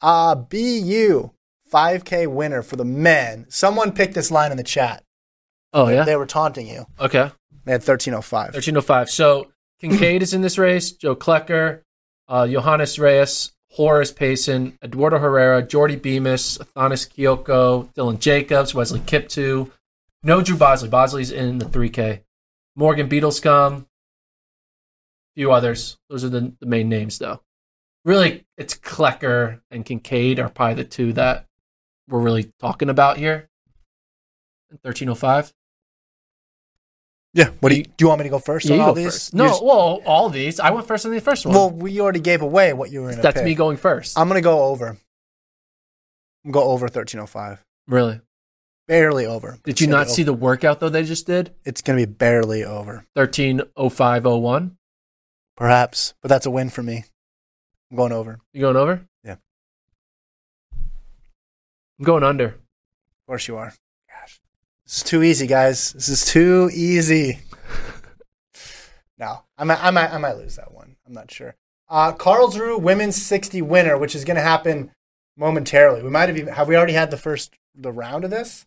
Uh, BU 5K winner for the men. Someone picked this line in the chat.
Oh yeah.
They were taunting you.
Okay.
They had 1305.
Thirteen oh five. So Kincaid is in this race. Joe Klecker, uh, Johannes Reyes, Horace Payson, Eduardo Herrera, Jordy Bemis, Athanas Kyoko, Dylan Jacobs, Wesley Kiptu. No Drew Bosley. Bosley's in the three K. Morgan Beetlescum. Few others. Those are the, the main names though. Really, it's Klecker and Kincaid are probably the two that we're really talking about here. Thirteen oh five.
Yeah. What do you do you want me to go first
Yeah,
on
you
all
go
these?
first.
You're
No,
s-
well, all these. I went first on the first one.
well, we already gave away what you were in.
that's me going first.
I'm gonna go over. I'm gonna go over 1305.
really?
Barely over.
Did you not see the workout though they just did?
It's gonna be barely over,
Thirteen oh five oh one.
perhaps, but that's a win for me. I'm going over. Of
You going over?
Yeah.
I'm going under.
course you are. Gosh, this is too easy, guys. This is too easy. no, I might, I might, I might lose that one. I'm not sure. Uh, Karlsruhe women's 60 winner, which is gonna happen momentarily. We might have even have we already had the first the round of this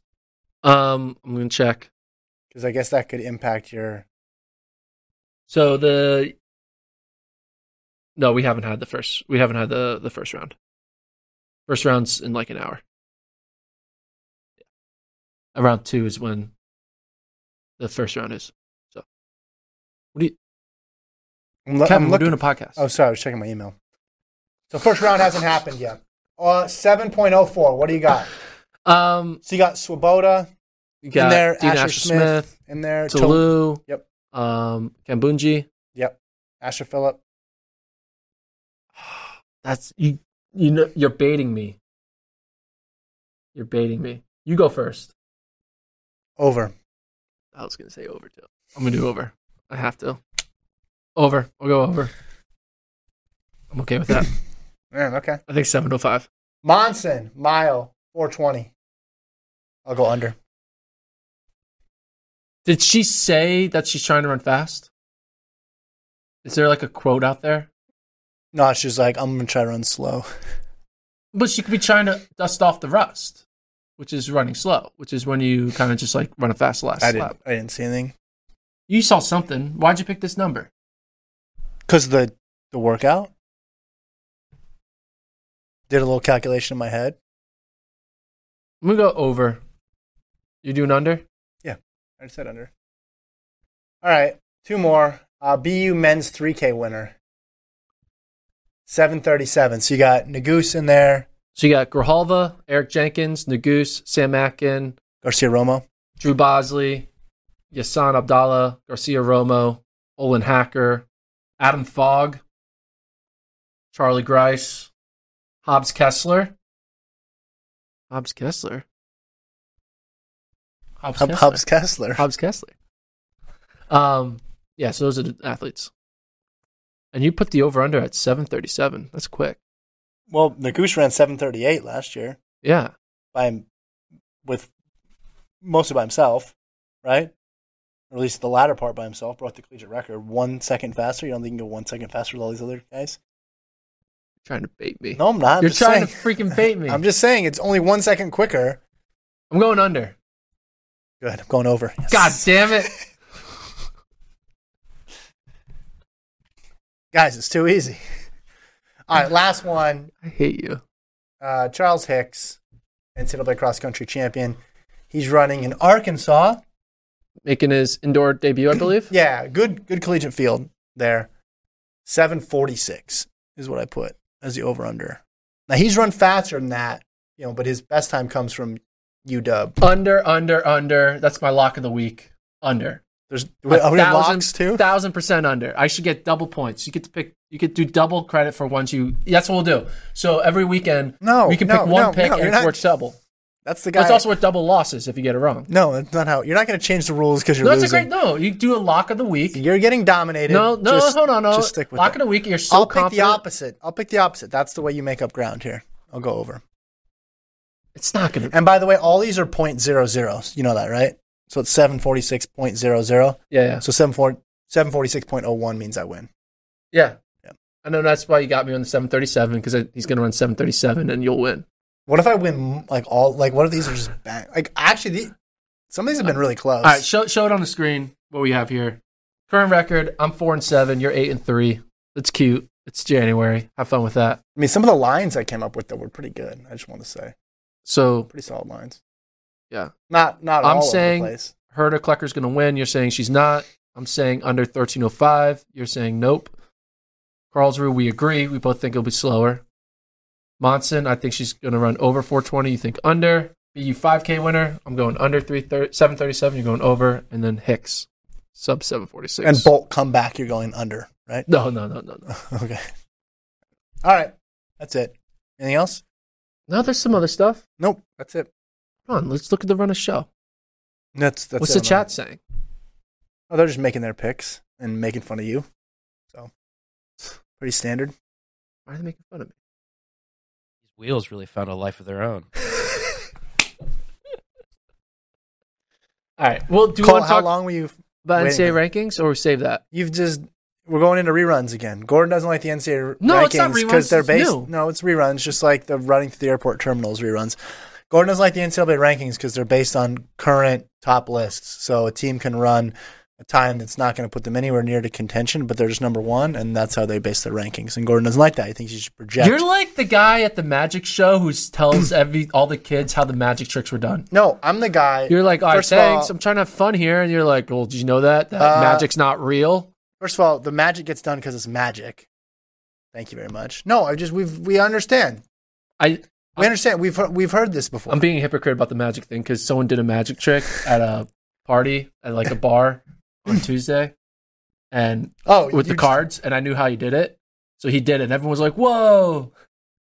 Um, I'm gonna check.
because I guess that could impact your.
So the no, we haven't had the first. We haven't had the the first round. First round's in like an hour. Around two is when the first round is. So what do you?
I'm, lo-
Kevin,
I'm
we're
looking-
doing a podcast.
Oh, sorry, I was checking my email. So first round hasn't happened yet. Uh, seven point oh four. What do you got?
um,
So you got Swoboda
you got
in there,
Dean
Asher,
Asher
Smith,
Smith,
in there, Tol-
Tolu,
Yep,
um, Kambunji.
yep. Asher Phillip.
That's you. You know, you're baiting me. You're baiting me. You go first.
Over.
I was gonna say over too. I'm gonna do over. I have to. Over. I'll go over. I'm okay with that.
Man, okay.
I think 705.
Monson, mile, four twenty. I'll go under.
Did she say that she's trying to run fast? Is there like a quote out there?
No, she's like, I'm gonna try to run slow.
But she could be trying to dust off the rust, which is running slow, which is when you kind of just like run a fast last
I
lap.
didn't. I didn't see anything
You saw something. Why'd you pick this number?
because the the workout. Did a little calculation in my head.
I'm gonna go over. You doing under?
I just said under. All right, two more. Uh, BU men's 3K winner. 737. So you got Nagoose in there,
So you got Grijalva, Eric Jenkins, Nagoose, Sam Atkin,
Garcia Romo.
Drew Bosley, Yassan Abdallah, Garcia Romo, Olin Hacker, Adam Fogg, Charlie Grice, Hobbs Kessler. Hobbs Kessler. Hobbs
Hub- Hubs Kessler.
Hobbs Kessler. Um, yeah, so those are the athletes. And you put the over under at 737. That's quick.
Well, Nagoose ran 738 last year
Yeah.
by him- with mostly by himself, right? Or at least the latter part by himself. Brought the collegiate record one second faster. You don't think you can go one second faster with all these other guys?
trying to bait me.
No, I'm not. I'm
You're
just
trying
saying.
to freaking bait me.
I'm just saying it's only one second quicker.
I'm going under.
Good. I'm going over. Yes.
God damn it.
Guys, it's too easy. All right, last one.
I hate you.
Uh, Charles Hicks, NCAA cross country champion. He's running in Arkansas.
Making his indoor debut, I believe.
Yeah, good good collegiate field there. 746 is what I put as the over under. Now he's run faster than that, you know, but his best time comes from UW.
Under, under, under. That's my lock of the week. Under.
There's wait, are we in locks too?
Thousand percent under. I should get double points. You get to pick. You get to do double credit for ones you. That's what we'll do. So every weekend,
No,
we can
no,
pick one
no,
pick
no,
and
you're
it's
not-
worth double.
That's the guy.
That's also worth double losses if you get it wrong.
no, that's not how. You're not going to change the rules because you're
No, that's a
losing.
great. No, you do a lock of the week.
You're getting dominated.
No, no,
Just-
hold on, no.
Just stick with
Lock
it.
of the week, you're so
I'll pick the
confident.
opposite. I'll pick the opposite. That's the way you make up ground here. I'll go over.
It's not gonna.
And by the way, all these are point zero zero. You know that, right? So it's seven forty six point zero zero.
Yeah, yeah.
So seven four seven forty six point oh one means I win.
Yeah.
Yeah.
I know that's why you got me on the 737 because he's going to run 737 and you'll win.
What if I win like all like what if these are just bang like actually the, some of these have been really close.
All right, show, show it on the screen what we have here. Current record, I'm 4 and 7, you're 8 and 3. That's cute. It's January. Have fun with that.
I mean some of the lines I came up with though were pretty good. I just want to say
So,
pretty solid lines.
yeah.
Not not
I'm
all
saying-
over the place.
Herder Klecker's going to win. You're saying she's not. I'm saying under 1305. You're saying nope. Karlsruhe, we agree. We both think it'll be slower. Monson, I think she's going to run over 420. You think under. BU 5K winner. I'm going under 330, 737. You're going over. And then Hicks, sub 746.
And bolt comeback, you're going under, right?
No, no, no, no, no.
okay. All right, that's it. Anything else?
No, there's some other stuff.
Nope, that's it.
Come on, let's look at the run of show.
That's that's
What's
it
the
on that.
chat saying?
Oh, they're just making their picks and making fun of you. So pretty standard.
Why are they making fun of me?
These wheels really found a life of their own.
All right. Well, do you
Cole,
want to
how
talk
long were you?
about
waiting
NCAA
for-
rankings or save that?
You've just we're going into reruns again. Gordon doesn't like the NCAA
No, it's not
rankings
reruns,
they're
it's
based.
new.
No, it's reruns, just like the running through the airport terminals reruns. Gordon doesn't like the NCAA rankings because they're based on current top lists. So a team can run a time that's not going to put them anywhere near to contention, but they're just number one, and that's how they base their rankings. And Gordon doesn't like that. He thinks you should project.
You're like the guy at the magic show who tells every all the kids how the magic tricks were done.
no, I'm the guy.
You're like, all right,
First of all-
thanks. I'm trying to have fun here, and you're like, well, did you know that that
Uh,
magic's not real?
First of all, the magic gets done because it's magic. Thank you very much. No, I just we've we understand.
I
We understand. We've heard, we've heard this before.
Uh, I'm being a hypocrite about the magic thing because someone did a magic trick at a party at like a bar on Tuesday, and
oh
with the
you-
cards, and I knew how he did it, so he did it, and everyone was like, whoa.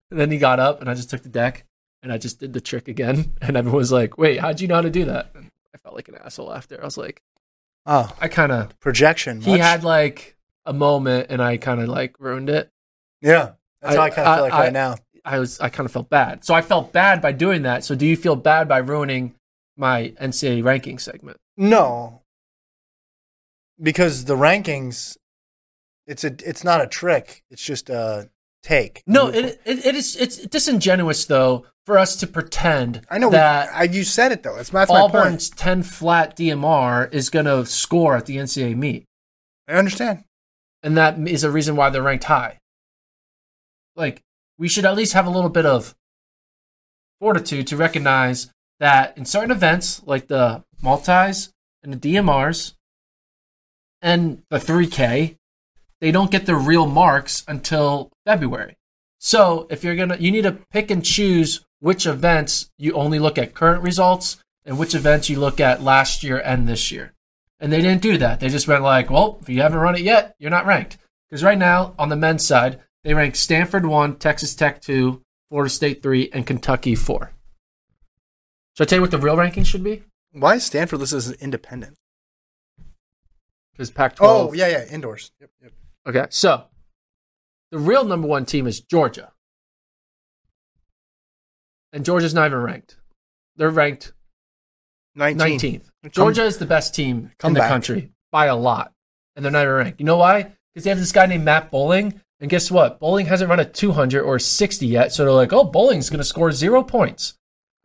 And then he got up, and I just took the deck, and I just did the trick again, and everyone was like, wait, how'd you know how to do that? And I felt like an asshole after. I was like,
Oh,
I kind of.
projection.
he
much?
had like a moment and I kind of like ruined it.
Yeah, that's how
I-
I kind of feel like
I- I-
right now.
I was I kind of felt bad. So I felt bad by doing that. So do you feel bad by ruining my NCAA ranking segment?
No, because the rankings, it's a it's not a trick. It's just a take.
No, it, it, it is it's disingenuous though for us to pretend
I know
that
that I, you said it though. That's my, that's my point.
Auburn's 10 flat DMR is going to score at the NCAA meet.
I understand.
and that is a reason why they're ranked high. Like we should at least have a little bit of fortitude to recognize that in certain events, like the multis and the DMRs and the 3K, they don't get their real marks until February. So if you're gonna, you need to pick and choose which events you only look at current results and which events you look at last year and this year. And they didn't do that. They just went like, well, if you haven't run it yet, you're not ranked. Because right now on the men's side, they rank Stanford one, Texas Tech two, Florida State three, and Kentucky four. Should I tell you what the real ranking should be?
Why is Stanford listed as independent?
Because Pac-12.
Oh, yeah, yeah, indoors. Yep, yep.
Okay, so the real number one team is Georgia. And Georgia's not even ranked. They're ranked
19th.
19th. Georgia is the best team in the
Comeback.
country by a lot. And they're not even ranked. You know why? Because they have this guy named Matt Bowling. And guess what? Bowling hasn't run a 200 or 60 yet. So they're like, oh, Bowling's going to score zero points.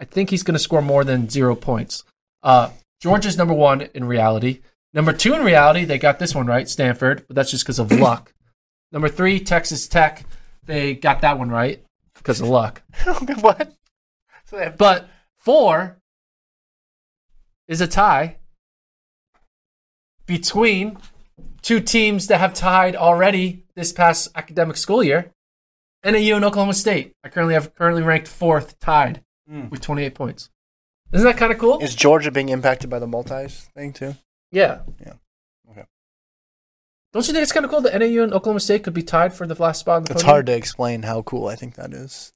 I think he's going to score more than zero points. Uh, Georgia's number one in reality. Number two in reality, they got this one right, Stanford, but that's just because of luck. Number three, Texas Tech. They got that one right because of luck.
what? So they have
But four is a tie between two teams that have tied already this past academic school year, and NAU and Oklahoma State. I currently have currently ranked fourth, tied with 28 points. Isn't that kind of cool?
Hmm. Is Georgia being impacted by the multis thing too?
yeah.
Yeah. Okay.
Don't you think it's kind of cool that NAU and Oklahoma State could be tied for the last spot in the
It's
podium?
hard to explain how cool I think that is.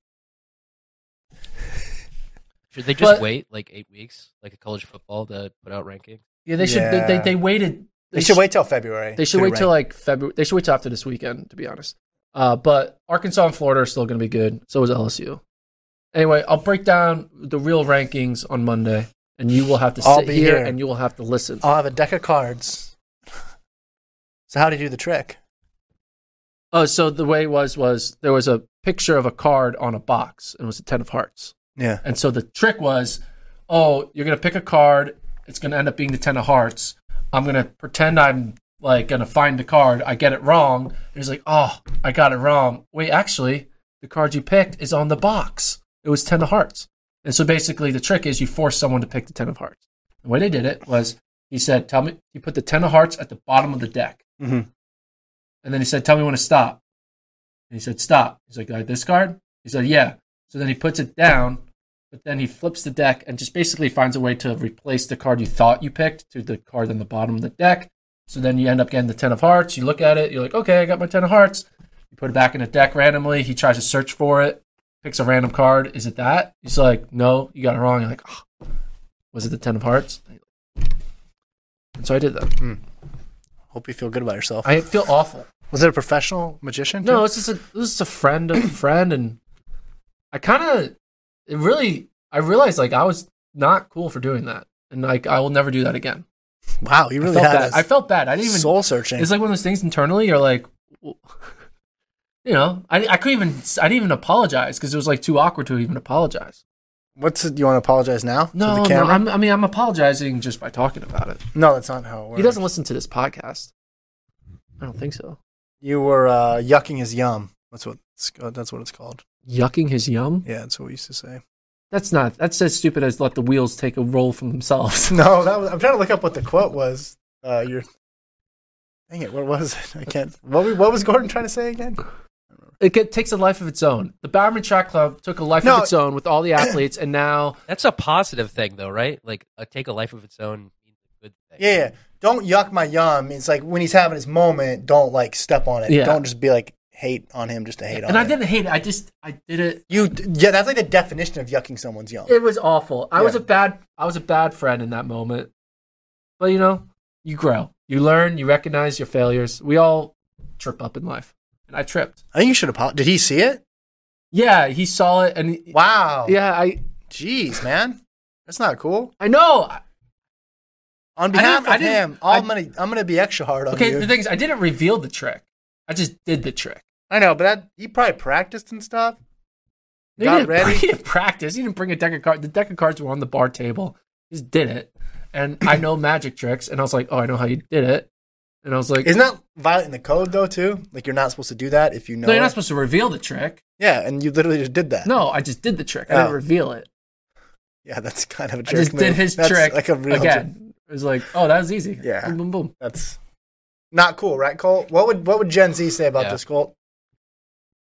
Should they just
But-
wait like eight weeks, like a college football, to put out rankings?
Yeah, they should. They, they,
Yeah.
they waited.
They should wait till February.
They should
to
wait till
rank.
like February. They should wait till after this weekend, to be honest. Uh, but Arkansas and Florida are still going to be good. So is LSU. Anyway, I'll break down the real rankings on Monday, and you will have to
I'll
sit
be
here,
here.
and you will have to listen.
I'll have a deck of cards. so how do you do the trick?
oh, so the way it was was there was a picture of a card on a box, and it was a ten of hearts.
Yeah.
And so the trick was, oh, you're gonna pick a card. It's gonna end up being the ten of hearts. I'm gonna pretend I'm like gonna find the card. I get it wrong. And he's like, oh, I got it wrong. Wait, actually, the card you picked is on the box. It was ten of hearts. And so basically, the trick is you force someone to pick the ten of hearts. The way they did it was he said, tell me. He put the ten of hearts at the bottom of the deck,
Mm-hmm.
and then he said, tell me when to stop. And he said, stop. He's like, like this card? He said, yeah. So then he puts it down, but then he flips the deck and just basically finds a way to replace the card you thought you picked to the card on the bottom of the deck. So then you end up getting the 10 of hearts. You look at it, you're like, okay, I got my 10 of hearts. You put it back in the deck randomly. He tries to search for it, picks a random card. Is it that? He's like, no, you got it wrong. You're like, oh, was it the 10 of hearts? And so I did that.
Hope you feel good about yourself.
I feel awful.
was it a professional magician?
No,
too?
it's just a it was just a friend of a friend, and I kind of it really I realized like I was not cool for doing that, and like I will never do that again.
wow, you
I
really
felt
had
bad.
us
I felt bad. I didn't even.
soul searching.
It's like one of those things internally. You're like, w- you know, I I couldn't even I didn't even apologize because it was like too awkward to even apologize.
What's it, you want to apologize now to
No,
the
no,
camera?
I'm, I mean I'm apologizing just by talking about it.
No, that's not how it works.
He doesn't listen to this podcast. I don't think so.
You were uh, yucking his yum. That's what it's, uh, that's what it's called.
Yucking his yum.
Yeah, that's what we used to say.
That's not. That's as stupid as let the wheels take a roll from themselves.
No, that was, I'm trying to look up what the quote was. Uh, your dang it, what was it? I can't. What we- what was Gordon trying to say again?
it get, takes a life of its own. The Bowerman Track Club took a life
No.
of its own with all the athletes, and now
That's a positive thing, though, right? Like, a, take a life of its own means a good thing.
Yeah, yeah. Don't yuck my yum. It's like when he's having his moment, don't like step on it.
Yeah.
Don't just be like hate on him just to hate on
and I
him.
didn't hate it. I just I did it.
You yeah, that's like the definition of yucking someone's yum.
It was awful. I was
Yeah.
a bad I was a bad friend in that moment. But you know, you grow, you learn, you recognize your failures. We all trip up in life, and I tripped.
I think you should apologize. Did he see it?
Yeah, he saw it, and he-
Wow.
yeah, I
Jeez, man, that's not cool.
I know.
On behalf
I
of
didn't-
him,
I-
I'm gonna I'm gonna be extra hard on
Okay,
you.
the thing is, I didn't reveal the trick. I just did the trick.
I know, but that he probably practiced and stuff.
He
Got
didn't,
ready?
He didn't practice. He didn't bring a deck of cards. The deck of cards were on the bar table. He just did it. And I know magic tricks. And I was like, oh, I know how you did it. And I was like,
Isn't that violating the code though too? Like you're not supposed to do that if you know.
no, you're
it.
not supposed to reveal the trick.
Yeah, and you literally just did that.
No, I just did the trick. I didn't
Oh.
reveal it.
Yeah, that's kind of a
I
jerk
just did
move.
his
That's
trick
Like a real jerk-
again. It was like, oh, that was easy.
Yeah.
Boom, boom, boom.
That's not cool, right, Colt? What would what would Gen Z say about
Yeah.
this, Colt?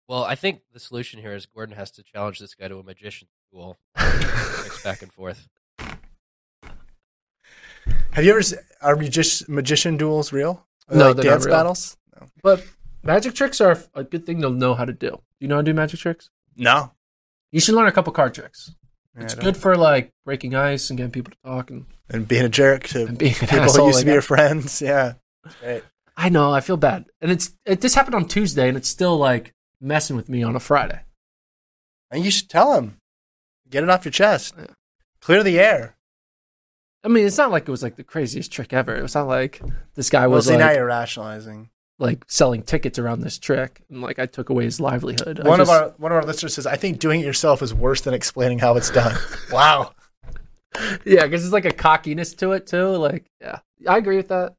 Well, I think the solution here is Gordon has to challenge this guy to a magician's duel. Tricks back and forth.
Have you ever s- are magi- magician duels real? Are they
No,
like
they're not
dance
real.
battles.
But magic tricks are a good thing to know how to do. You know how to do magic tricks?
No,
You should learn a couple card tricks.
Yeah,
It's
I don't-
good for like breaking ice and getting people to talk. And
And being a jerk to
And being an
people who
asshole,
used to be
like-
your friends. Yeah, right.
I know I feel bad. And it's it, this happened on Tuesday, and it's still like messing with me on a Friday.
And you should tell him. Get it off your chest. Clear the air.
I mean, it's not like it was like the craziest trick ever. It was not like this guy
I will
was
see now
like,
you're rationalizing.
like selling tickets around this trick, and like I took away his livelihood. I
One of
just-
our one of our listeners says, "I think doing it yourself is worse than explaining how it's done." wow.
Yeah, because it's like a cockiness to it too. Like, yeah, I agree with that.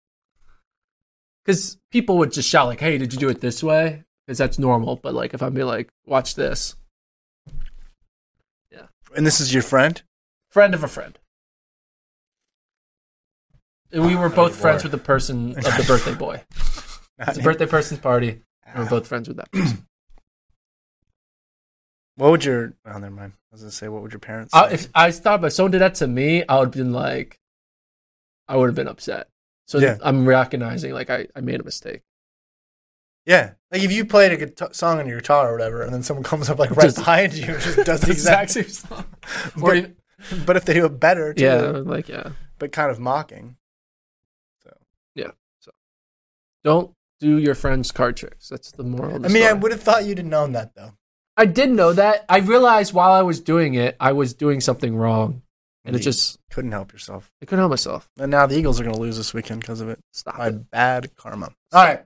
Because people would just shout like, "Hey, did you do it this way?" Because that's normal. But like, if I'm be like, "Watch this,"
And this is your friend.
friend of a friend, and we were both friends with
anymore.
the person of the birthday boy. It's a birthday person's party. And we're both friends with that. Person.
What would your? Oh, never mind. I was gonna say, what would your parents?
I,
say?
Uh, if I thought if someone did that to me, I would have been like, I would have been upset. So
Yeah.
I'm recognizing like I, I made a mistake.
yeah, like if you played a guitar- song on your guitar or whatever, and then someone comes up like right
Does-
behind you, and just does the
The
exact.
same song.
But-
Or even-
But if they do it better, too,
yeah, like yeah.
but kind of mocking.
Don't do your friend's card tricks. That's the moral. Of the
I mean, I
story.
would have thought you'd have known that though.
I did know that. I realized while I was doing it, I was doing something wrong, and it
You
just
couldn't help yourself.
I couldn't help myself.
And now the Eagles are going to lose this weekend because of it.
Stop
My
it.
bad karma. All right.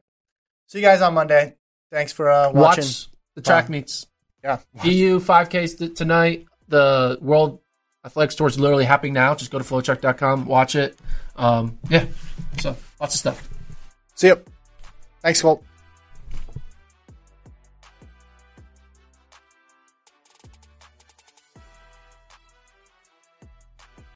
See you guys on Monday. Thanks for uh, watching.
Watch the track
Wow.
meets.
Yeah.
EU 5Ks t- tonight. The World Athletics Tour is literally happening now. Just go to flowcheck.com, watch it. Um, yeah. So lots of stuff.
See you. Thanks, Colt.